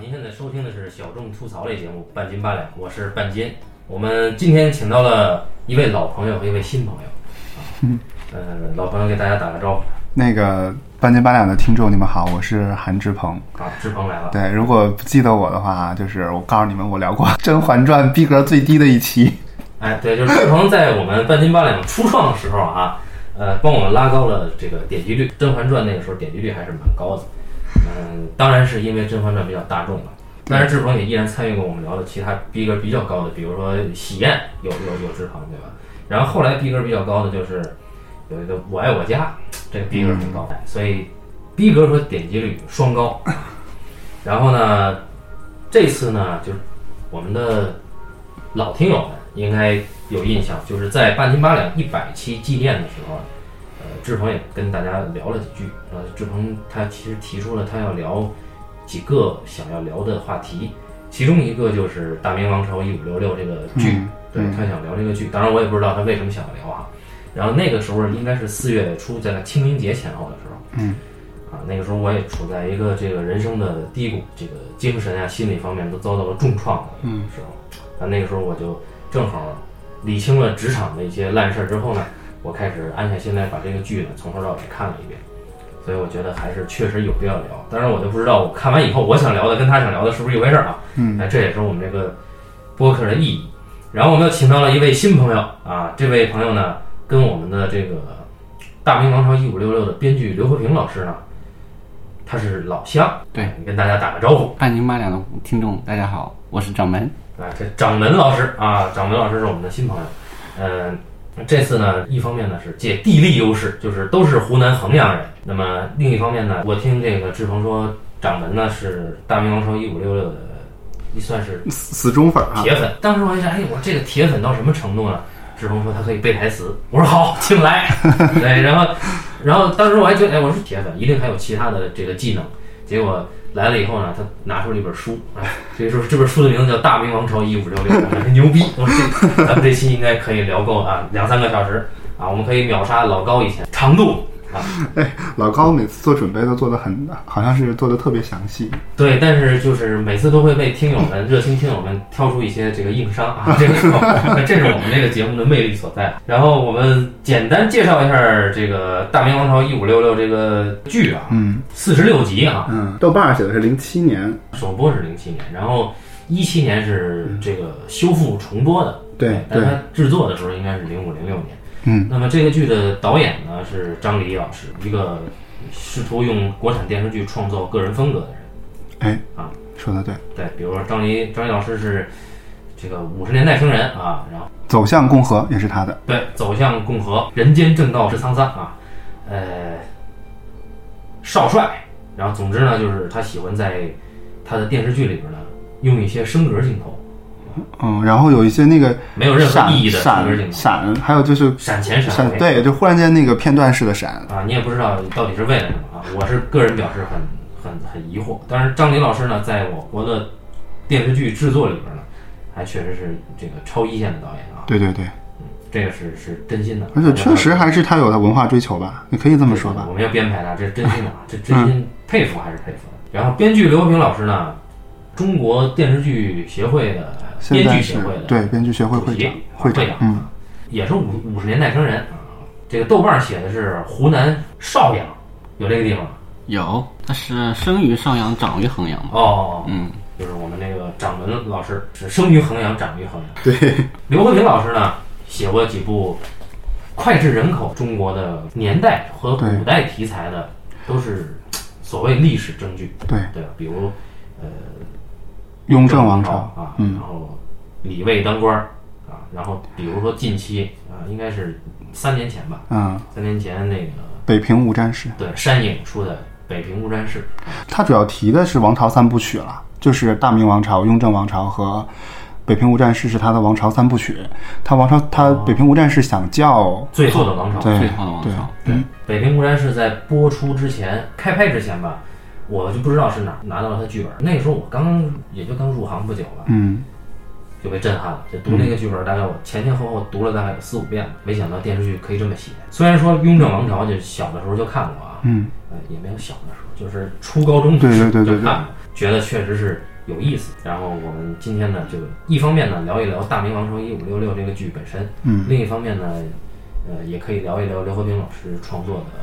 您现在收听的是小众吐槽类节目《半斤八两》，我是半斤。我们今天请到了一位老朋友和一位新朋友，啊，呃，老朋友给大家打个招呼那个半斤八两的听众，你们好，我是韩志鹏。啊，志鹏来了，对，如果不记得我的话，就是我告诉你们，我聊过《甄嬛传》逼格最低的一期。哎，对，就是志鹏在我们《半斤八两》初创的时候啊，呃，帮我们拉高了这个点击率，《甄嬛传》那个时候点击率还是蛮高的，嗯、当然是因为《甄嬛传》比较大众了。但是志鹏也依然参与过我们聊的其他逼格比较高的，比如说喜宴有有有志鹏对吧？然后后来逼格比较高的就是有一个我爱我家，这个逼格很高，所以逼格和点击率双高。然后呢，这次呢，就是我们的老听友们应该有印象，就是在半斤八两一百期纪念的时候，呃，志鹏也跟大家聊了几句。呃，志鹏他其实提出了他要聊几个想要聊的话题，其中一个就是《大明王朝一五六六》这个剧，嗯对嗯他想聊这个剧。当然，我也不知道他为什么想聊啊。然后那个时候应该是四月初，在清明节前后的时候，嗯，啊，那个时候我也处在一个这个人生的低谷，这个精神啊、心理方面都遭到了重创的嗯时候，啊，那个时候我就正好理清了职场的一些烂事儿之后呢，我开始安下心来把这个剧呢从头到尾看了一遍，所以我觉得还是确实有必要聊。当然，我就不知道我看完以后我想聊的跟他想聊的是不是一回事儿啊？嗯哎，这也是我们这个播客的意义。然后我们又请到了一位新朋友啊，这位朋友呢跟我们的这个《大明王朝一五六六》的编剧刘和平老师呢，他是老乡，对你跟大家打个招呼。半斤八两的听众，大家好，我是掌门。啊，这掌门老师啊，掌门老师是我们的新朋友。嗯、这次呢，一方面呢是借地利优势，就是都是湖南衡阳人。那么另一方面呢，我听这个志鹏说，掌门呢是《大明王朝一五六六》的，也算是死死忠粉啊，铁粉。当时我就想，哎，我这个铁粉到什么程度呢？志鹏说他可以背台词，我说好，请来。对，然后，然后当时我还觉得，哎，我说铁粉一定还有其他的这个技能。结果来了以后呢，他拿出了一本书，哎，这时候这本书的名字叫《大明王朝一五六六》，我说啊牛逼！我说这咱们这期应该可以聊够啊，两三个小时啊，我们可以秒杀老高以前长度啊。老高每次做准备都做得很，好像是做得特别详细。对，但是就是每次都会被听友们、热心听友们挑出一些这个硬伤 啊，这个这是我们这个节目的魅力所在。然后我们简单介绍一下这个《大明王朝一五六六》这个剧啊，嗯四十六集啊，嗯，豆瓣儿写的是零七年，首播是零七年，然后一七年是这个修复重播的，对但对，它制作的时候应该是零五零六年。嗯，那么这个剧的导演呢是张黎老师，一个试图用国产电视剧创造个人风格的人。说的对，对，比如说张黎，张黎老师是这个五十年代生人啊，然后走向共和也是他的。对走向共和，人间正道是沧桑啊，呃，少帅，然后总之呢，就是他喜欢在他的电视剧里边呢，用一些升格镜头，嗯，然后有一些那个没有任何闪意义的升格镜闪头，闪，还有就是闪前闪闪后，对，就忽然间那个片段式的闪。啊，你也不知道到底是为了什么啊。我是个人表示很很很疑惑。当然，张琳老师呢，在我国的电视剧制作里边呢，还确实是这个超一线的导演啊。对对对，这个是是真心的，而且确实还是他有他文化追求吧，你可以这这么说吧。我们要编排他，这是真心的啊， 这真心佩服还是佩服的。然后编剧刘和平老师呢，中国电视剧协会的现编在剧协是会的对编剧协会主会席长，会长，嗯，啊也是五五十年代生人啊。这个豆瓣写的是湖南邵阳，有这个地方吗有，他是生于邵阳，长于衡阳嘛。哦，嗯，就是我们那个掌门老师是生于衡阳，长于衡阳。对，刘和平老师呢，写过几部脍炙人口中国的年代和古代题材的，都是所谓历史证据，对对吧？比如呃，雍正王朝啊，嗯然后李卫当官儿啊，然后比如说近期啊，应该是三年前吧，嗯，三年前那个北平无战事，对山影出的《北平无战事》，它主要提的是王朝三部曲了，就是大明王朝、雍正王朝和北平无战事是他的王朝三部曲。他王朝，他北平无战事想叫哦最后的王朝。对嗯最后的王对朝，对，《北平无战事》在播出之前，开拍之前吧，我就不知道是哪儿拿到了他剧本。那个时候我刚也就刚入行不久吧，嗯，就被震撼了。就读那个剧本，大概我前前后后读了大概有四五遍吧，没想到电视剧可以这么写。虽然说《雍正王朝》就小的时候就看过啊，嗯，呃，也没有小的时候，就是初高中对对对对就看过，觉得确实是有意思。然后我们今天呢，就一方面呢聊一聊《大明王朝一五六六》这个剧本身，嗯另一方面呢，呃，也可以聊一聊刘和平老师创作的、呃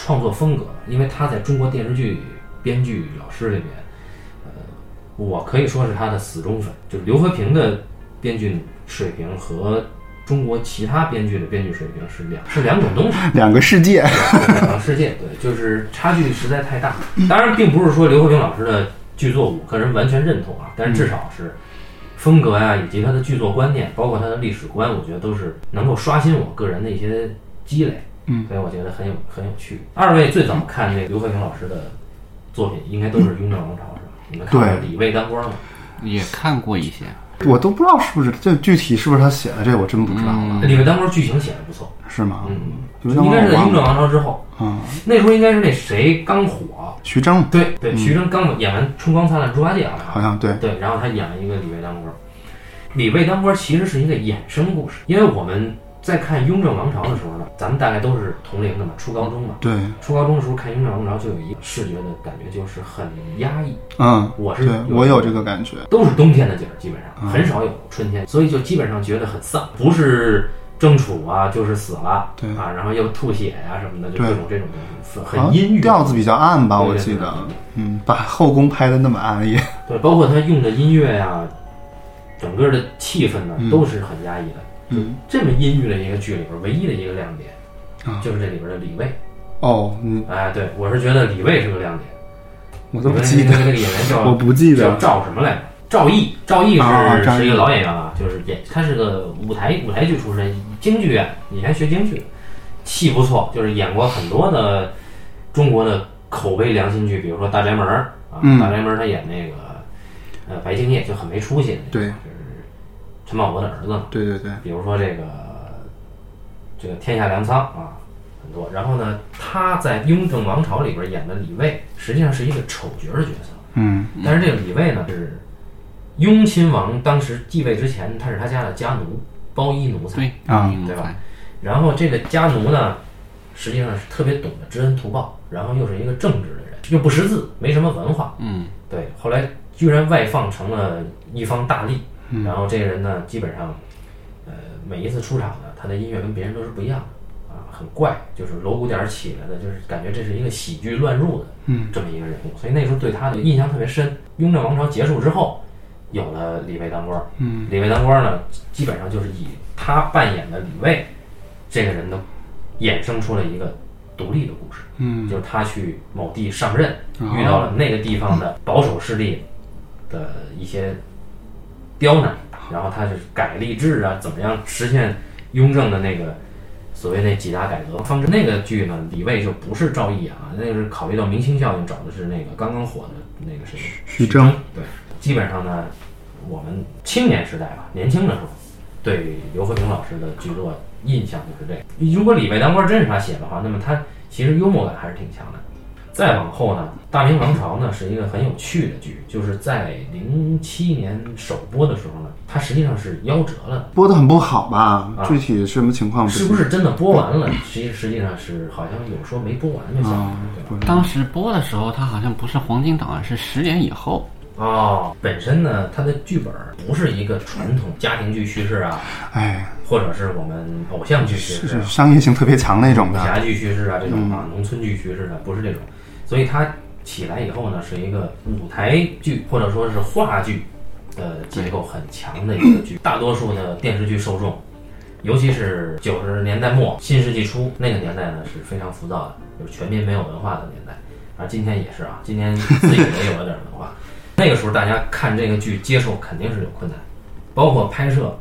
创作风格，因为他在中国电视剧编剧老师里面，呃，我可以说是他的死忠粉，就是刘和平的编剧水平和中国其他编剧的编剧水平是两是两种东西。两个世界，两个世界，对，就是差距实在太大。当然，并不是说刘和平老师的剧作我个人完全认同啊，但是至少是风格呀、以及他的剧作观念，包括他的历史观，我觉得都是能够刷新我个人的一些积累。嗯，所以我觉得很有很有趣。二位最早看这个刘和平老师的作品，应该都是《雍正王朝》是吧？你们看过《对李卫当官》吗？也看过一些，我都不知道是不是这具体是不是他写的，这我真不知道了， 《呃李卫当官》剧情写的不错，是吗？嗯，刘江应该是在《王雍正王朝》之后，嗯，那时候应该是那谁刚火，徐峥对对，徐峥刚演完《春光灿烂猪八戒》好像好像对，对，然后他演了一个李卫当官。李卫当官其实是一个衍生故事，因为我们在看《雍正王朝》的时候呢，咱们大概都是同龄的嘛，初高中嘛。对，初高中的时候看《雍正王朝》，就有一个视觉的感觉，就是很压抑。嗯，我是对我有这个嗯感觉，都是冬天的景儿，基本上很少有春天，所以就基本上觉得很丧，不是正处啊，就是死了对啊，然后又吐血呀、什么的，就对这种这种东西，好很像阴郁。调子比较暗吧，我对对记对得对对，嗯，把后宫拍的那么暗也，对，包括他用的音乐呀、整个的气氛呢，嗯都是很压抑的。嗯，这么阴郁的一个剧里边，唯一的一个亮点啊，就是这里边的李卫。哦，嗯，哎，对我是觉得李卫是个亮点。我都不记得那，个演 员我叫不记叫得，赵什么来着？赵毅，赵毅啊是赵毅是一个老演员啊，就是演他是个舞台舞台剧出身，京剧演，以前学京剧，戏不错，就是演过很多的中国的口碑良心剧，比如说《大宅门》啊，嗯大宅门》他演那个呃白敬业就很没出息的那个，对就是陈宝国的儿子嘛。对对对，比如说这个这个天下粮仓啊，很多。然后呢，他在《雍正王朝》里边演的李卫，实际上是一个丑角的角色。嗯，但是这个李卫呢，是雍亲王当时继位之前，他是他家的家奴，包衣奴才。对啊嗯对吧然后这个家奴呢，实际上是特别懂得知恩图报，然后又是一个正直的人，又不识字，没什么文化。嗯，对，后来居然外放成了一方大吏，嗯然后这个人呢，基本上，呃，每一次出场呢，他的音乐跟别人都是不一样的啊，很怪，就是锣鼓点儿起来的，就是感觉这是一个喜剧乱入的，嗯，这么一个人物，所以那时候对他的印象特别深。雍正王朝结束之后，有了李卫当官，嗯，李卫当官呢，基本上就是以他扮演的李卫这个人呢，衍生出了一个独立的故事，嗯，就是他去某地上任，遇到了那个地方的保守势力的一些刁难，然后他就是改吏治啊，怎么样实现雍正的那个所谓那几大改革方针。那个剧呢，李卫就不是赵毅啊，那个是考虑到明星效应，找的是那个刚刚火的那个谁，徐峥，对，基本上呢，我们青年时代吧，年轻的时候，对刘和平老师的剧作印象就是这个。如果李卫当官真是他写的话，那么他其实幽默感还是挺强的。再往后呢，《大明王朝呢》是一个很有趣的剧，就是在零七年首播的时候呢，它实际上是夭折了播的很不好吧？啊具体什么情况的，不是记不是真的播完了？实际实际上是好像有说没播完嗯就下了，对吧？当时播的时候，它好像不是黄金档，而是十点以后。哦，本身呢，它的剧本不是一个传统家庭剧叙事啊，哎，或者是我们偶像剧叙是事是啊、商业性特别强那种武的，侠剧叙事啊这种啊，农村剧叙事啊，不是这种。所以它起来以后呢，是一个舞台剧或者说是话剧的结构很强的一个剧。大多数的电视剧受众，尤其是九十年代末、新世纪初那个年代呢，是非常浮躁的，就是全民没有文化的年代。而今天也是啊，今天自己也有了点文化。 那个时候大家看这个剧接受肯定是有困难，包括拍摄，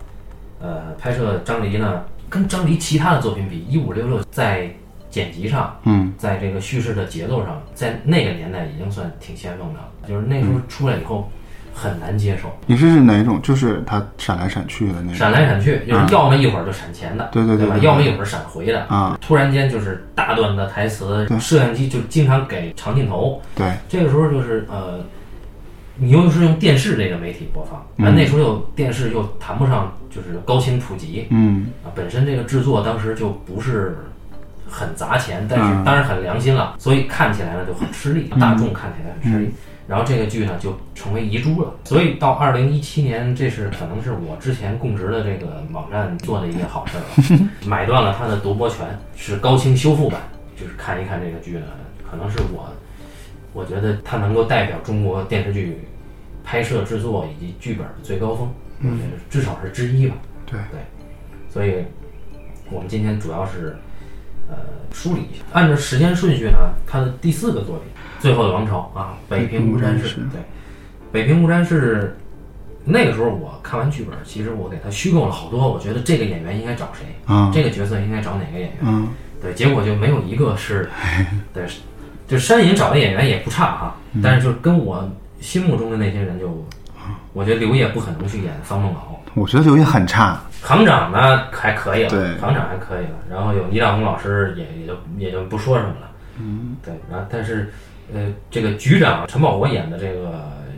呃，拍摄张黎呢，跟张黎其他的作品比，《一五六六》在剪辑上，嗯，在这个叙事的节奏上，在那个年代已经算挺先锋的了，就是那时嗯候出来以后很难接受，你是哪种？就是他闪来闪去的那种，闪来闪去，就是要么一会儿就闪前的，嗯对对对吧对对要么一会儿闪回的，啊，突然间就是大段的台词，对摄像机就经常给长镜头，对，这个时候就是呃，你又是用电视这个媒体播放，嗯那、那时候又电视又谈不上就是高清普及嗯，啊，本身这个制作当时就不是很砸钱，但嗯是当然很良心了，所以看起来呢就很吃力，大众看起来很吃力。然后这个剧呢就成为遗珠了。所以到二零一七年，这是可能是我之前供职的这个网站做的一件好事儿了，买断了它的独播权，是高清修复版。就是看一看这个剧呢，可能是我，我觉得它能够代表中国电视剧拍摄、制作以及剧本的最高峰，我觉得至少是之一吧。对所以我们今天主要是呃梳理一下，按照时间顺序呢，他的第四个作品《最后的王朝》啊，《北平无战事》对，《北平无战事》那个时候我看完剧本，其实我给他虚构了好多，我觉得这个演员应该找谁，啊，这个角色应该找哪个演员，嗯，对，结果就没有一个 是，对，就山影找的演员也不差哈、但是就跟我心目中的那些人就，我觉得刘烨不可能去演方孟敖，我觉得刘烨很差，行长呢还可以了，对行长还可以了。然后有倪大红老师也也就也就不说什么了，嗯，对。然后但是呃，这个局长陈宝国演的这个呃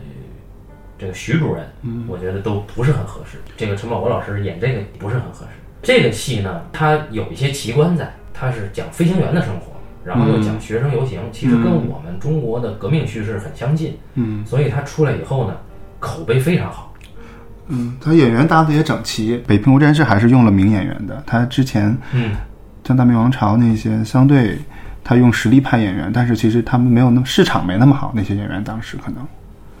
这个徐主任，嗯，我觉得都不是很合适。这个陈宝国老师演这个不是很合适。这个戏呢，它有一些奇观在，它是讲飞行员的生活。然后又讲学生游行，其实跟我们中国的革命叙事很相近，嗯，所以它出来以后呢，口碑非常好，嗯，他演员搭的也整齐，《北平无战事》还是用了名演员的，他之前嗯，像《大明王朝》那些相对。他用实力派演员，但是其实他们没有那么市场没那么好，那些演员当时可能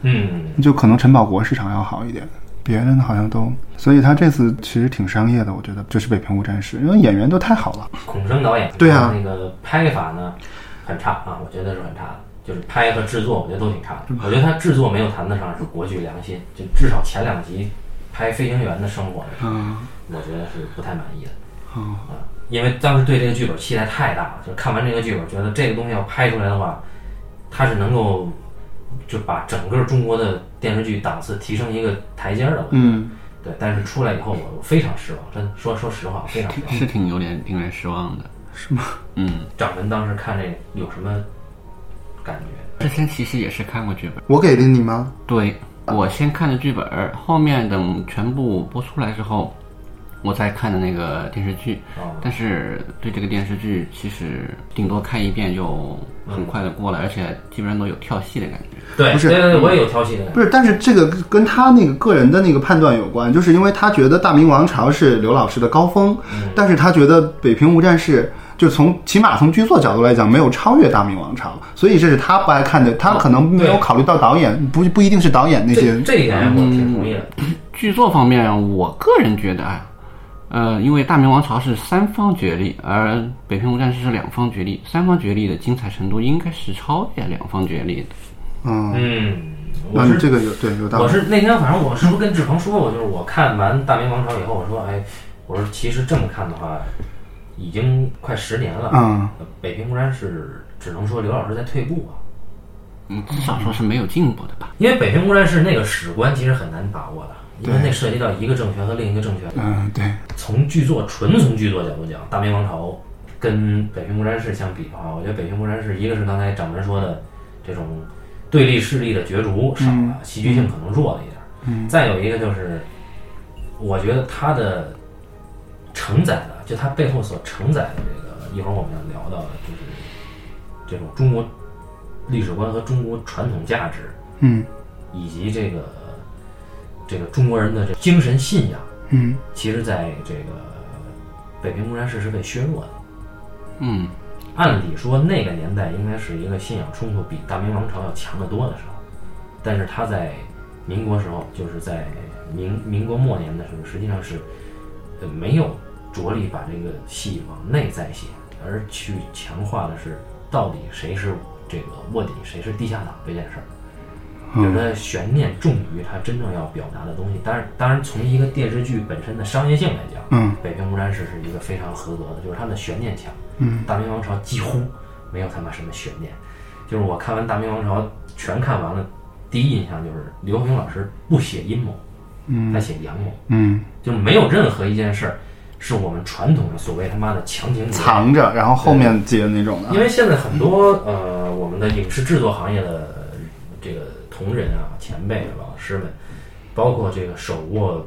嗯，就可能陈宝国市场要好一点，别人好像都，所以他这次其实挺商业的，我觉得就是《北平无战事》，因为演员都太好了，孔生导演，对啊那个拍法呢很差啊，我觉得是很差的，就是拍和制作我觉得都挺差的。我觉得他制作没有谈得上是国剧良心，就至少前两集拍飞行员的生活，嗯，我觉得是不太满意的。哦啊，因为当时对这个剧本期待太大了，就看完这个剧本，觉得这个东西要拍出来的话，它是能够就把整个中国的电视剧档次提升一个台阶儿的。嗯，对，但是出来以后我非常失望，真的说说实话，我非常失望。是挺有点令人失望的。是吗？嗯，掌门当时看这有什么感觉？之前其实也是看过剧本，我给的你吗？对我先看的剧本，后面等全部播出来之后，我再看的那个电视剧。哦，但是对这个电视剧，其实顶多看一遍就很快的过了，而且基本上都有跳戏的感觉。对，不是对对对，我也有挑戏的感觉。不是，但是这个跟他那个个人的那个判断有关，就是因为他觉得《大明王朝》是刘老师的高峰，但是他觉得《北平无战事》就从起码从剧作角度来讲没有超越《大明王朝》，所以这是他不爱看的，他可能没有对考虑到导演，不不一定是导演那些这这一点我挺同意的。剧作方面，我个人觉得啊，呃，因为《大明王朝》是三方角力，而《北平无战事》是两方角力，三方角力的精彩程度应该是超越两方角力的。嗯，嗯，我那你是这个有对有道我理，是那天反正我是不是跟志鹏说过，就是我看完《大明王朝》以后，我说哎，我说其实这么看的话，已经快十年了。嗯，北平无战事只能说刘老师在退步啊，嗯，至少说是没有进步的吧。因为北平无战事那个史观其实很难把握的，因为对那涉及到一个政权和另一个政权。嗯，对，从剧作纯从剧作角度讲，《大明王朝》跟《北平无战事》相比的话，我觉得《北平无战事》一个是刚才掌门说的这种对立势力的角逐少了，戏剧性可能弱了一点。嗯，再有一个就是，我觉得它的承载的，就它背后所承载的这个，一会儿我们要聊到的，就是这种中国历史观和中国传统价值，嗯以及这个这个中国人的这精神信仰。嗯其实在这个北平无战事是被削弱的。嗯，按理说那个年代应该是一个信仰冲突比大明王朝要强得多的时候，但是他在民国时候，就是在民民国末年的时候，实际上是呃没有着力把这个戏往内在写，而去强化的是到底谁是这个卧底，谁是地下党这件事儿。嗯有的悬念重于他真正要表达的东西，但是当然从一个电视剧本身的商业性来讲，嗯， 《北平无战事》是一个非常合格的，就是它的悬念强。《嗯，大明王朝》几乎没有他妈什么悬念，就是我看完《大明王朝》全看完了，第一印象就是刘和平老师不写阴谋，嗯，他写阳谋，嗯，就是没有任何一件事儿是我们传统的所谓他妈的强行结藏着，然后后面接那种因的，为现在很多呃，我们的影视制作行业的呃这个同仁啊、前辈、老师们，包括这个手握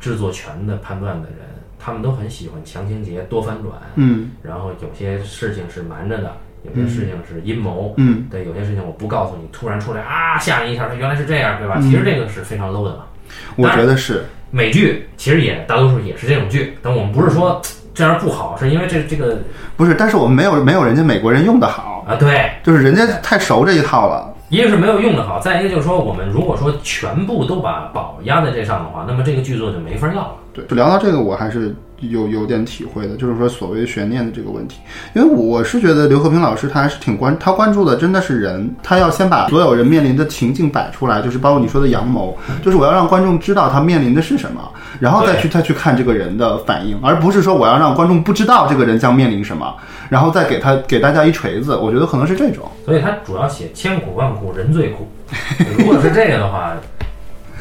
制作权的判断的人，他们都很喜欢强情节、多反转，嗯然后有些事情是瞒着的，有些事情是阴谋，嗯，对，有些事情我不告诉你，突然出来啊，吓你一跳，说原来是这样，对吧？嗯其实这个是非常 low 的嘛。我觉得是，美剧其实也大多数也是这种剧，但我们不是说这样不好，是因为这这个不是？但是我们没有没有人家美国人用的好，啊，对，就是人家太熟这一套了。一个是没有用的好，再一个就是说，我们如果说全部都把宝压在这上的话，那么这个剧作就没法要了。对，就聊到这个，我还是有有点体会的，就是说所谓悬念的这个问题，因为我我是觉得刘和平老师他还是挺关，他关注的真的是人，他要先把所有人面临的情境摆出来，就是包括你说的阳谋，就是我要让观众知道他面临的是什么，然后再去他去看这个人的反应，而不是说我要让观众不知道这个人将面临什么，然后再给他给大家一锤子，我觉得可能是这种。所以他主要写千苦万苦人最苦。如果是这个的话，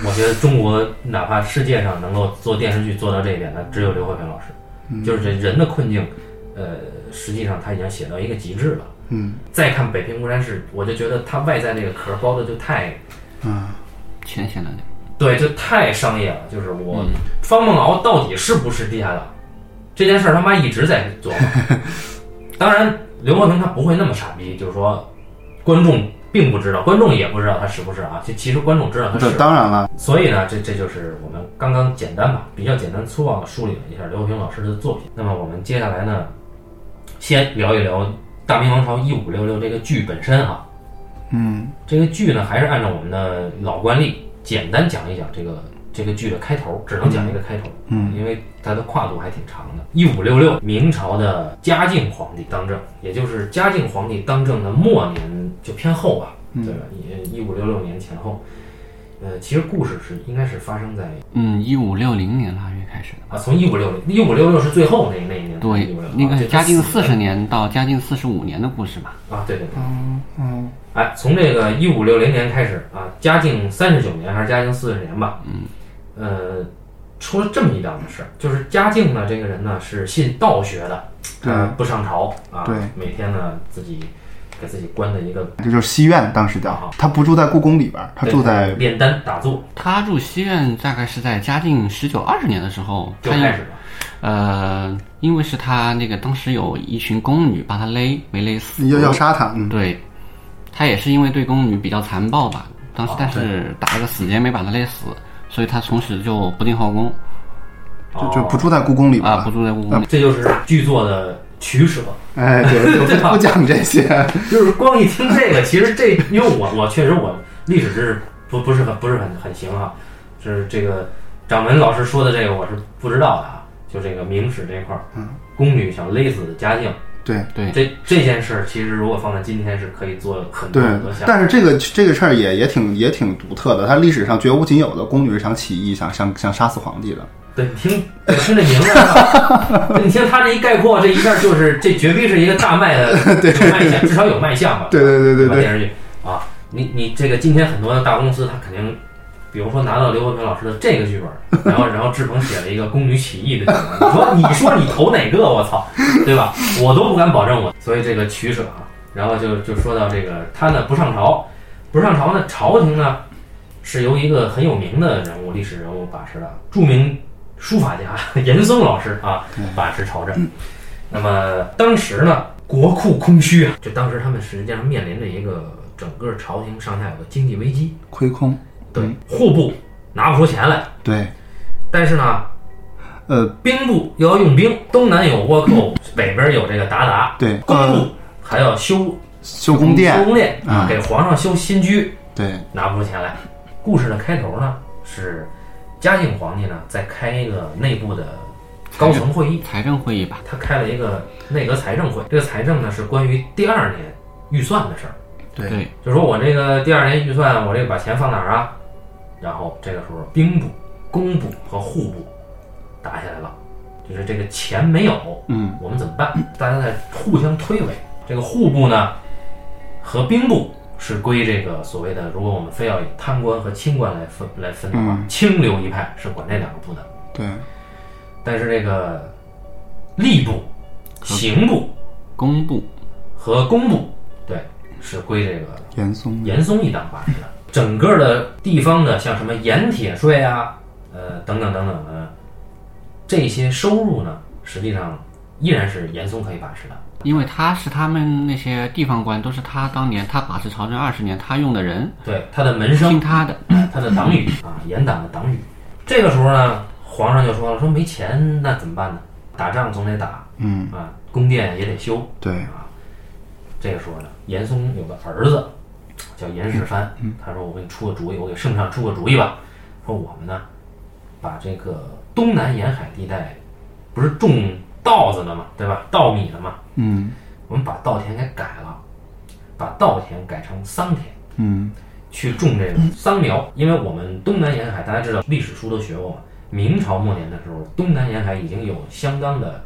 我觉得中国哪怕世界上能够做电视剧做到这一点的，只有刘和平老师。就是这人的困境，呃，实际上他已经写到一个极致了。嗯，再看《北平无战事》，我就觉得他外在这个壳包的就太嗯浅显了点。对，就太商业了。就是我、方梦敖到底是不是地下党这件事，儿，他妈一直在琢磨。当然，刘和平他不会那么傻逼，就是说观众并不知道，观众也不知道他是不是啊。其其实观众知道他这是，当然了，所以呢，这这就是我们刚刚简单吧，比较简单粗暴的梳理了一下刘和平老师的作品。那么我们接下来呢，先聊一聊《大明王朝一五六六》这个剧本身哈、嗯，这个剧呢，还是按照我们的老惯例，简单讲一讲这个这个剧的开头，只能讲一个开头，嗯，因为它的跨度还挺长的。一五六六，明朝的嘉靖皇帝当政，也就是嘉靖皇帝当政的末年，就偏后吧，对吧？一五六六年前后，呃，其实故事是应该是发生在嗯，一五六零年腊月开始啊，的。从一五六零，一五六六是最后那那一年，对1566啊，那个这是他嘉靖死四了十年到嘉靖四十五年的故事嘛。啊，对对对，嗯，哎，从这个一五六零年开始啊，嘉靖三十九年还是嘉靖四十年吧，嗯，呃，出了这么一档子事儿，就是嘉靖呢这个人呢是信道学的，对呃不上朝啊，嗯对，每天呢自己给自己关在一个这就是西苑当时啊叫，他不住在故宫里边儿，他住在炼丹打坐他入西院大概是在嘉靖十九二十年的时候，就他有开始了，呃，因为是他那个当时有一群宫女把他勒没勒死，要要杀他，嗯，对，他也是因为对宫女比较残暴吧，当时啊但是打了个死结没把他勒死，所以他从此就不定后宫就就不哦，住在故宫里边啊，儿不。住在故宫里。这就是剧作的取舍，哎，对， 我不不讲这些。就是光一听这个，其实这因为我我确实我历史知识不不是很不是很很行啊，就是这个掌门老师说的这个我是不知道的啊，就这个明史这块儿，嗯宫女想勒死嘉靖，对对，这这件事儿其实如果放在今天是可以做很多对很多项，但是这个这个事儿也也挺也挺独特的，它历史上绝无仅有的宫女想起义，想想想杀死皇帝的。对，你听你听这名字啊， 你听他这一概括，这一下就是这绝逼是一个大卖的 有卖相，至少有卖相吧，对对对对吧对，电视剧啊，你你这个今天很多的大公司，他肯定，比如说拿到刘和平老师的这个剧本， 然后然后志鹏写了一个宫女起义的剧本，你说你说你投哪个？我操，对吧？我都不敢保证我，所以这个取舍啊，然后就就说到这个他呢不上朝，不上朝呢，朝廷呢是由一个很有名的人物，历史人物把持的，著名书法家严嵩老师啊把持朝政。那么当时呢，国库空虚啊，就当时他们实际上面临着一个整个朝廷上下有个经济危机，亏空。对，嗯户部拿不出钱来，对，但是呢，呃，兵部又要用兵，东南有倭寇，北边有这个鞑靼，对，工部呃，还要修修宫修殿，宫殿啊给皇上修新居，对，拿不出钱来。故事的开头呢是嘉靖皇帝呢在开一个内部的高层会议，财政会议吧，他开了一个内阁财政会，这个财政呢是关于第二年预算的事儿，对对，就说我这个第二年预算，我这个把钱放哪儿啊？然后这个时候兵部、工部和户部打起来了，就是这个钱没有，嗯，我们怎么办？大家在互相推诿。这个户部呢和兵部是归这个所谓的，如果我们非要以贪官和清官来分来分的话，嗯清流一派是管这两个部的，对，但是这个吏部、刑部工部和工部，对，是归这个严嵩，严嵩一党把持的。整个的地方的像什么盐铁税啊，呃等等等等的这些收入呢，实际上依然是严嵩可以把持的。因为他是他们那些地方官，都是他当年他把持朝政二十年，他用的人，对，他的门听 生，他的。哎他的党羽啊，严党的党羽。这个时候呢，皇上就说了，说没钱那怎么办呢？打仗总得打，嗯，啊，宫殿也得修，对，啊，这个时候呢，严嵩有个儿子叫严世蕃，他说：“我给你出个主意，我给圣上出个主意吧。说我们呢，把这个东南沿海地带，不是种稻子的嘛，对吧？稻米的嘛，嗯我们把稻田给改了，把稻田改成桑田。”嗯去种这个桑苗，因为我们东南沿海，大家知道历史书都学过嘛。明朝末年的时候，东南沿海已经有相当的，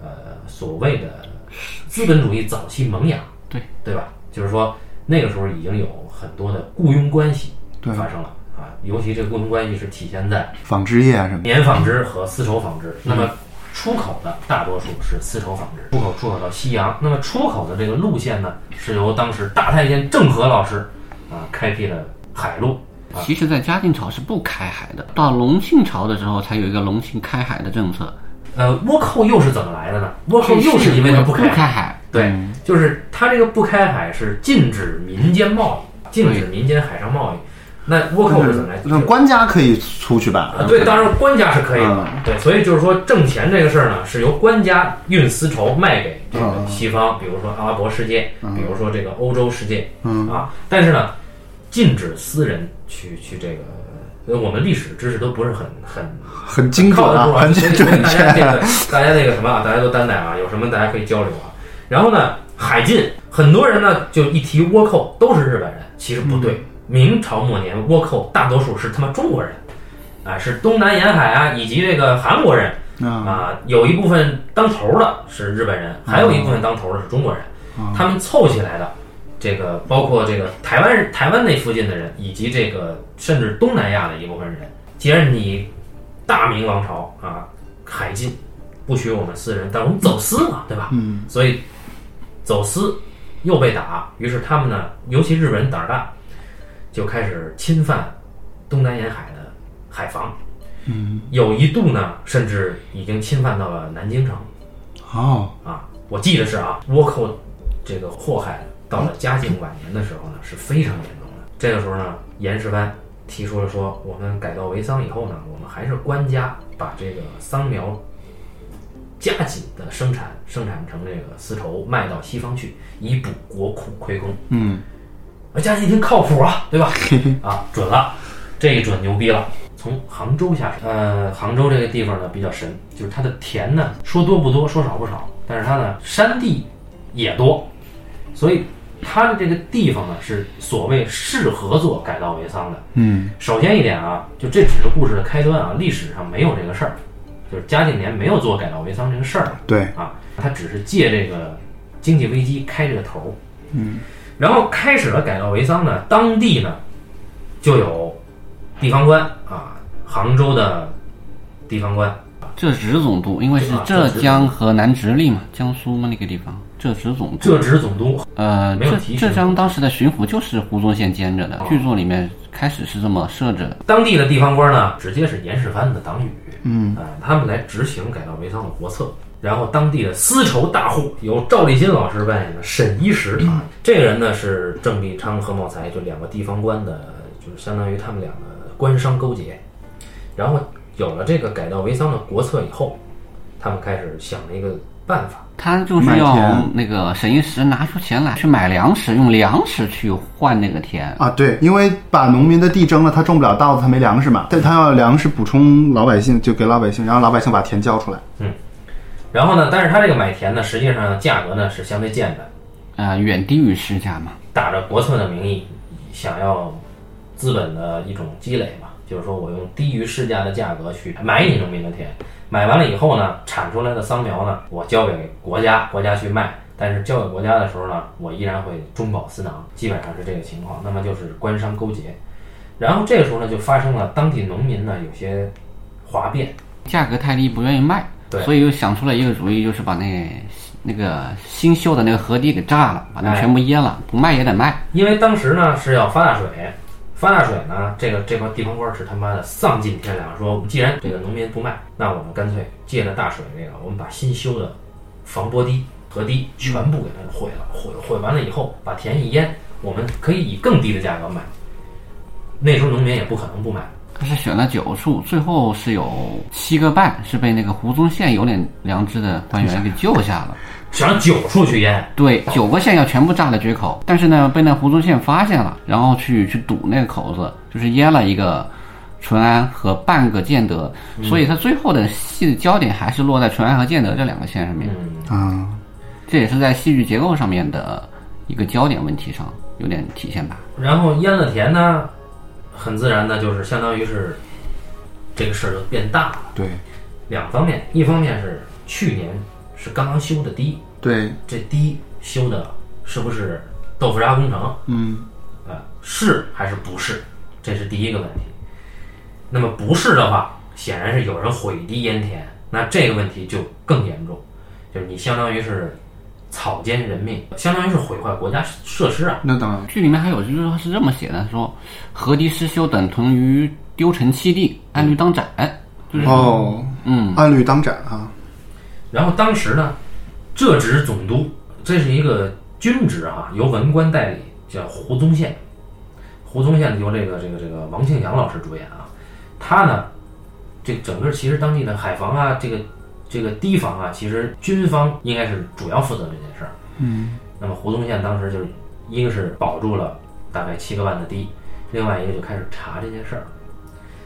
呃，所谓的资本主义早期萌芽，对对吧？就是说那个时候已经有很多的雇佣关系对发生了啊，尤其这个雇佣关系是体现在纺织业啊什么的，棉纺织和丝绸纺织。那么出口的大多数是丝绸纺织，出口出口到西洋。那么出口的这个路线呢，是由当时大太监郑和老师啊开辟了海路。啊，其实，在嘉靖朝是不开海的，到隆庆朝的时候才有一个隆庆开海的政策。呃，倭寇又是怎么来的呢？倭寇又是因为它不不开海，开海，对，就是它这个不开海是禁止民间贸易，禁止民间海上贸易。那倭寇是怎么来？那官家可以出去吧？啊，对，当然官家是可以的，对，所以就是说挣钱这个事儿呢，是由官家运丝绸卖给这个西方，比如说阿拉伯世界，比如说这个欧洲世界，啊，但是呢，禁止私人去去这个，呃我们历史知识都不是很很很精准靠得住啊，啊，很所以所精以准大家这 确。个大家那个什么啊，大家都担待啊，有什么大家可以交流啊。然后呢，海禁，很多人呢就一提倭寇都是日本人，其实不对。嗯明朝末年，倭寇大多数是他妈中国人，啊，是东南沿海啊，以及这个韩国人啊，啊，有一部分当头的是日本人，还有一部分当头的是中国人，嗯他们凑起来的。这个包括这个台湾人台湾那附近的人，以及这个甚至东南亚的一部分人，既然你大明王朝啊海禁不许我们私人，但我们走私嘛，对吧？嗯，所以走私又被打，于是他们呢，尤其日本人胆儿大，就开始侵犯东南沿海的海防。嗯，有一度呢，甚至已经侵犯到了南京城哦，啊。我记得是啊，倭寇这个祸害到了嘉靖晚年的时候呢，是非常严重的。这个时候呢，严世蕃提出了说，我们改稻为桑以后呢，我们还是官家把这个桑苗加紧的生产，生产成这个丝绸，卖到西方去，以补国库亏空。嗯，啊，嘉靖一听靠谱啊，对吧？啊，准了，这一准牛逼了。从杭州下手，呃，杭州这个地方呢比较神，就是它的田呢说多不多，说少不少，但是它呢山地也多，所以它的这个地方呢是所谓适合做改稻为桑的。嗯首先一点啊，就这只是故事的开端啊，历史上没有这个事儿，就是嘉靖年没有做改稻为桑这个事儿。对，啊，他只是借这个经济危机开这个头儿。嗯，然后开始了改造为桑呢，当地呢就有地方官啊，杭州的地方官，浙直总督，因为是啊浙江和南直隶嘛，江苏嘛那个地方，浙直总督。浙直总督呃，没有浙提哦浙醒江当时的巡抚就是胡宗宪兼着的，剧作里面开始是这么设置的。当地的地方官呢，直接是严世蕃的党羽，嗯，啊、他们来执行改造为桑的国策。然后当地的丝绸大户由赵立新老师扮演的沈一石啊，这个人呢是郑必昌和茂才就两个地方官的，就是相当于他们两个官商勾结。然后有了这个改造为桑的国策以后，他们开始想了一个办法，他就是买要田那个沈一石拿出钱来去买粮食，用粮食去换那个田。啊，对，因为把农民的地征了，他种不了稻子，他没粮食嘛，但他要粮食补充老百姓，就给老百姓，然后老百姓把田交出来。然后呢，但是他这个买田呢，实际上价格呢是相对贱的，呃，远低于市价嘛。打着国策的名义，想要资本的一种积累嘛，就是说我用低于市价的价格去买你农民的田，买完了以后呢，产出来的桑苗呢，我交给国家，国家去卖。但是交给国家的时候呢，我依然会中饱私囊，基本上是这个情况。那么就是官商勾结，然后这个时候呢，就发生了当地农民呢有些哗变，价格太低不愿意卖，对所以又想出了一个主意，就是把那那个新修的那个河堤给炸了，把那哎个全部淹了，不卖也得卖。因为当时呢是要发大水，发大水呢，这个这块地方官是他妈的丧尽天良，说既然这个农民不卖，那我们干脆借着大水这个，我们把新修的防波堤、河堤全部给它毁了，毁毁完了以后，把田一淹，我们可以以更低的价格买。那时候农民也不可能不买，他是选了九处，最后是有七个半是被那个胡宗宪有点良知的官员给救下了。想让九处去淹，对，九个县要全部炸了决口，但是呢，被那胡宗宪发现了，然后去去堵那个口子，就是淹了一个淳安和半个建德，所以他最后的戏的焦点还是落在淳安和建德这两个县上面，嗯，啊，这也是在戏剧结构上面的一个焦点问题上有点体现吧。然后淹了田呢，很自然的就是相当于是这个事儿就变大了。对两方面，一方面是去年是刚刚修的堤，对，这堤修的是不是豆腐渣工程？嗯，呃，是还是不是？这是第一个问题。那么不是的话，显然是有人毁堤淹田，那这个问题就更严重，就是你相当于是草菅人命，相当于是毁坏国家设施啊。那当然，剧里面还有就是说是这么写的，说河堤失修等同于丢城弃地，按律当斩。哎就是哦，嗯，按律当斩啊，然后当时呢，浙直总督，这是一个军职哈、由文官代理，叫胡宗宪。胡宗宪由这个这个这个王庆阳老师主演啊，他呢，这整个其实当地的海防啊，这个这个堤防啊，其实军方应该是主要负责这件事儿。嗯，那么胡宗宪当时就是一个是保住了大概七个万的堤，另外一个就开始查这件事儿。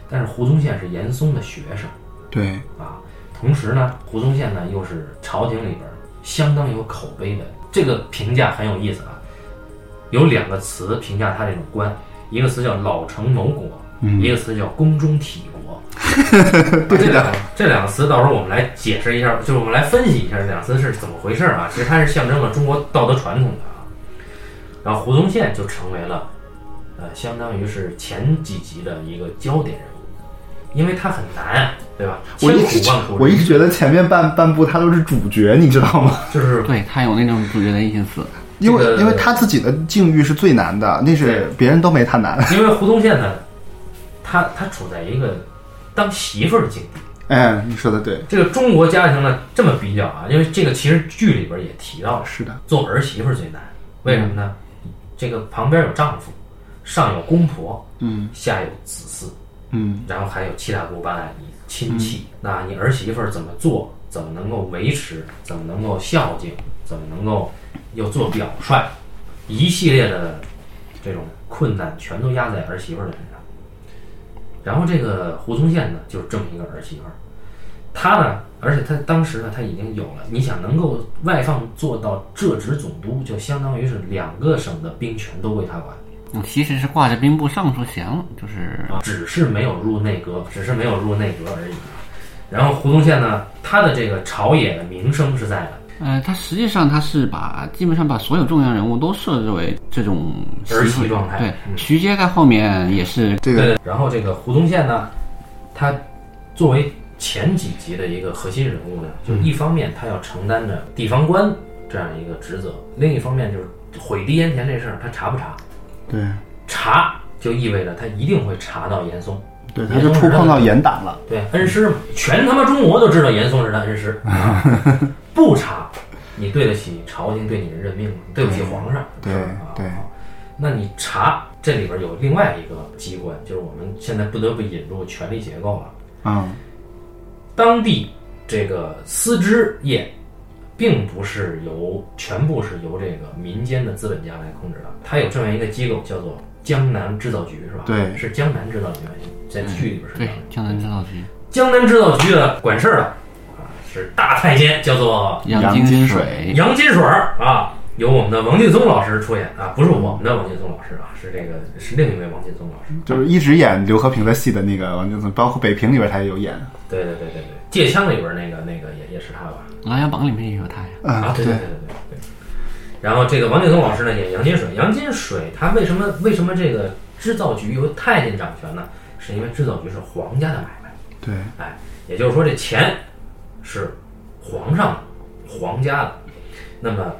但是胡宗宪是严嵩的学生。对，啊。同时呢，胡宗宪呢又是朝廷里边相当有口碑的，这个评价很有意思啊。有两个词评价他这种官，一个词叫“老成谋国”，一个词叫“宫中体 国”嗯啊对的这两个这两个词，到时候我们来解释一下，就是我们来分析一下这两个词是怎么回事啊。其实它是象征了中国道德传统的啊。然后胡宗宪就成为了，呃，相当于是前几集的一个焦点人物，因为他很难啊，对吧？千我一直苦万苦，我一直觉得前面半半部他都是主角，你知道吗？就是对他有那种主角的意思。因为、这个因为他自己的境遇是最难的，那是别人都没他难。因为胡宗宪呢，他他处在一个当媳妇儿的境地。哎，你说的对，这个中国家庭呢，这么比较啊，因为这个其实剧里边也提到了，是的，做儿媳妇儿最难，为什么呢？这个旁边有丈夫，上有公婆，嗯下有子嗣，嗯，然后还有七大姑八大姨亲戚。那你儿媳妇儿怎么做？怎么能够维持？怎么能够孝敬？怎么能够又做表率？一系列的这种困难全都压在儿媳妇儿的身上。然后这个胡宗宪呢，就是这么一个儿媳妇儿，她呢，而且她当时呢，她已经有了，你想能够外放做到浙直总督，就相当于是两个省的兵权都归她管。嗯，其实是挂着兵部尚书衔了，就是啊，只是没有入内阁，只是没有入内阁而已。啊然后胡宗宪呢，他的这个朝野的名声是在的，呃，他实际上他是把基本上把所有重要人物都设置为这种儿媳媳妇状态对，嗯徐阶在后面也是 这个然后这个胡宗宪呢，他作为前几集的一个核心人物呢，就是一方面他要承担着地方官这样一个职责，另一方面就是毁堤淹田这事儿他查不查？对查就意味着他一定会查到严嵩，对，他就触碰到严党了。对恩师嘛，全他妈中国都知道严嵩是他恩 师，啊不查，你对得起朝廷对你的任命吗？对不起皇上，对是吧对啊那你查这里边有另外一个机关，就是我们现在不得不引入权力结构了。嗯，当地这个丝织业，并不是由全部是由这个民间的资本家来控制的，它有这么一个机构叫做江南织造局，是吧？对是江南织造局，在剧里边是这对样的。江南制造局江南织造局的管事儿的啊，是大太监，叫做杨金金水，杨金水儿啊，由我们的王劲松老师出演啊，不是我们的王劲松老师啊，是这个是另一位王劲松老师。就是一直演刘和平的戏的那个王劲松，包括北平里边他也有演。对对对对对，《借枪》里边那个那个也也是他吧？琅琊榜里面也有他呀。啊啊，，对对对对对。然后这个王劲松老师呢演杨金水，杨金水他为什么为什么这个织造局由太监掌权呢？是因为织造局是皇家的买卖，对，哎，也就是说这钱是皇上的、皇家的。那么，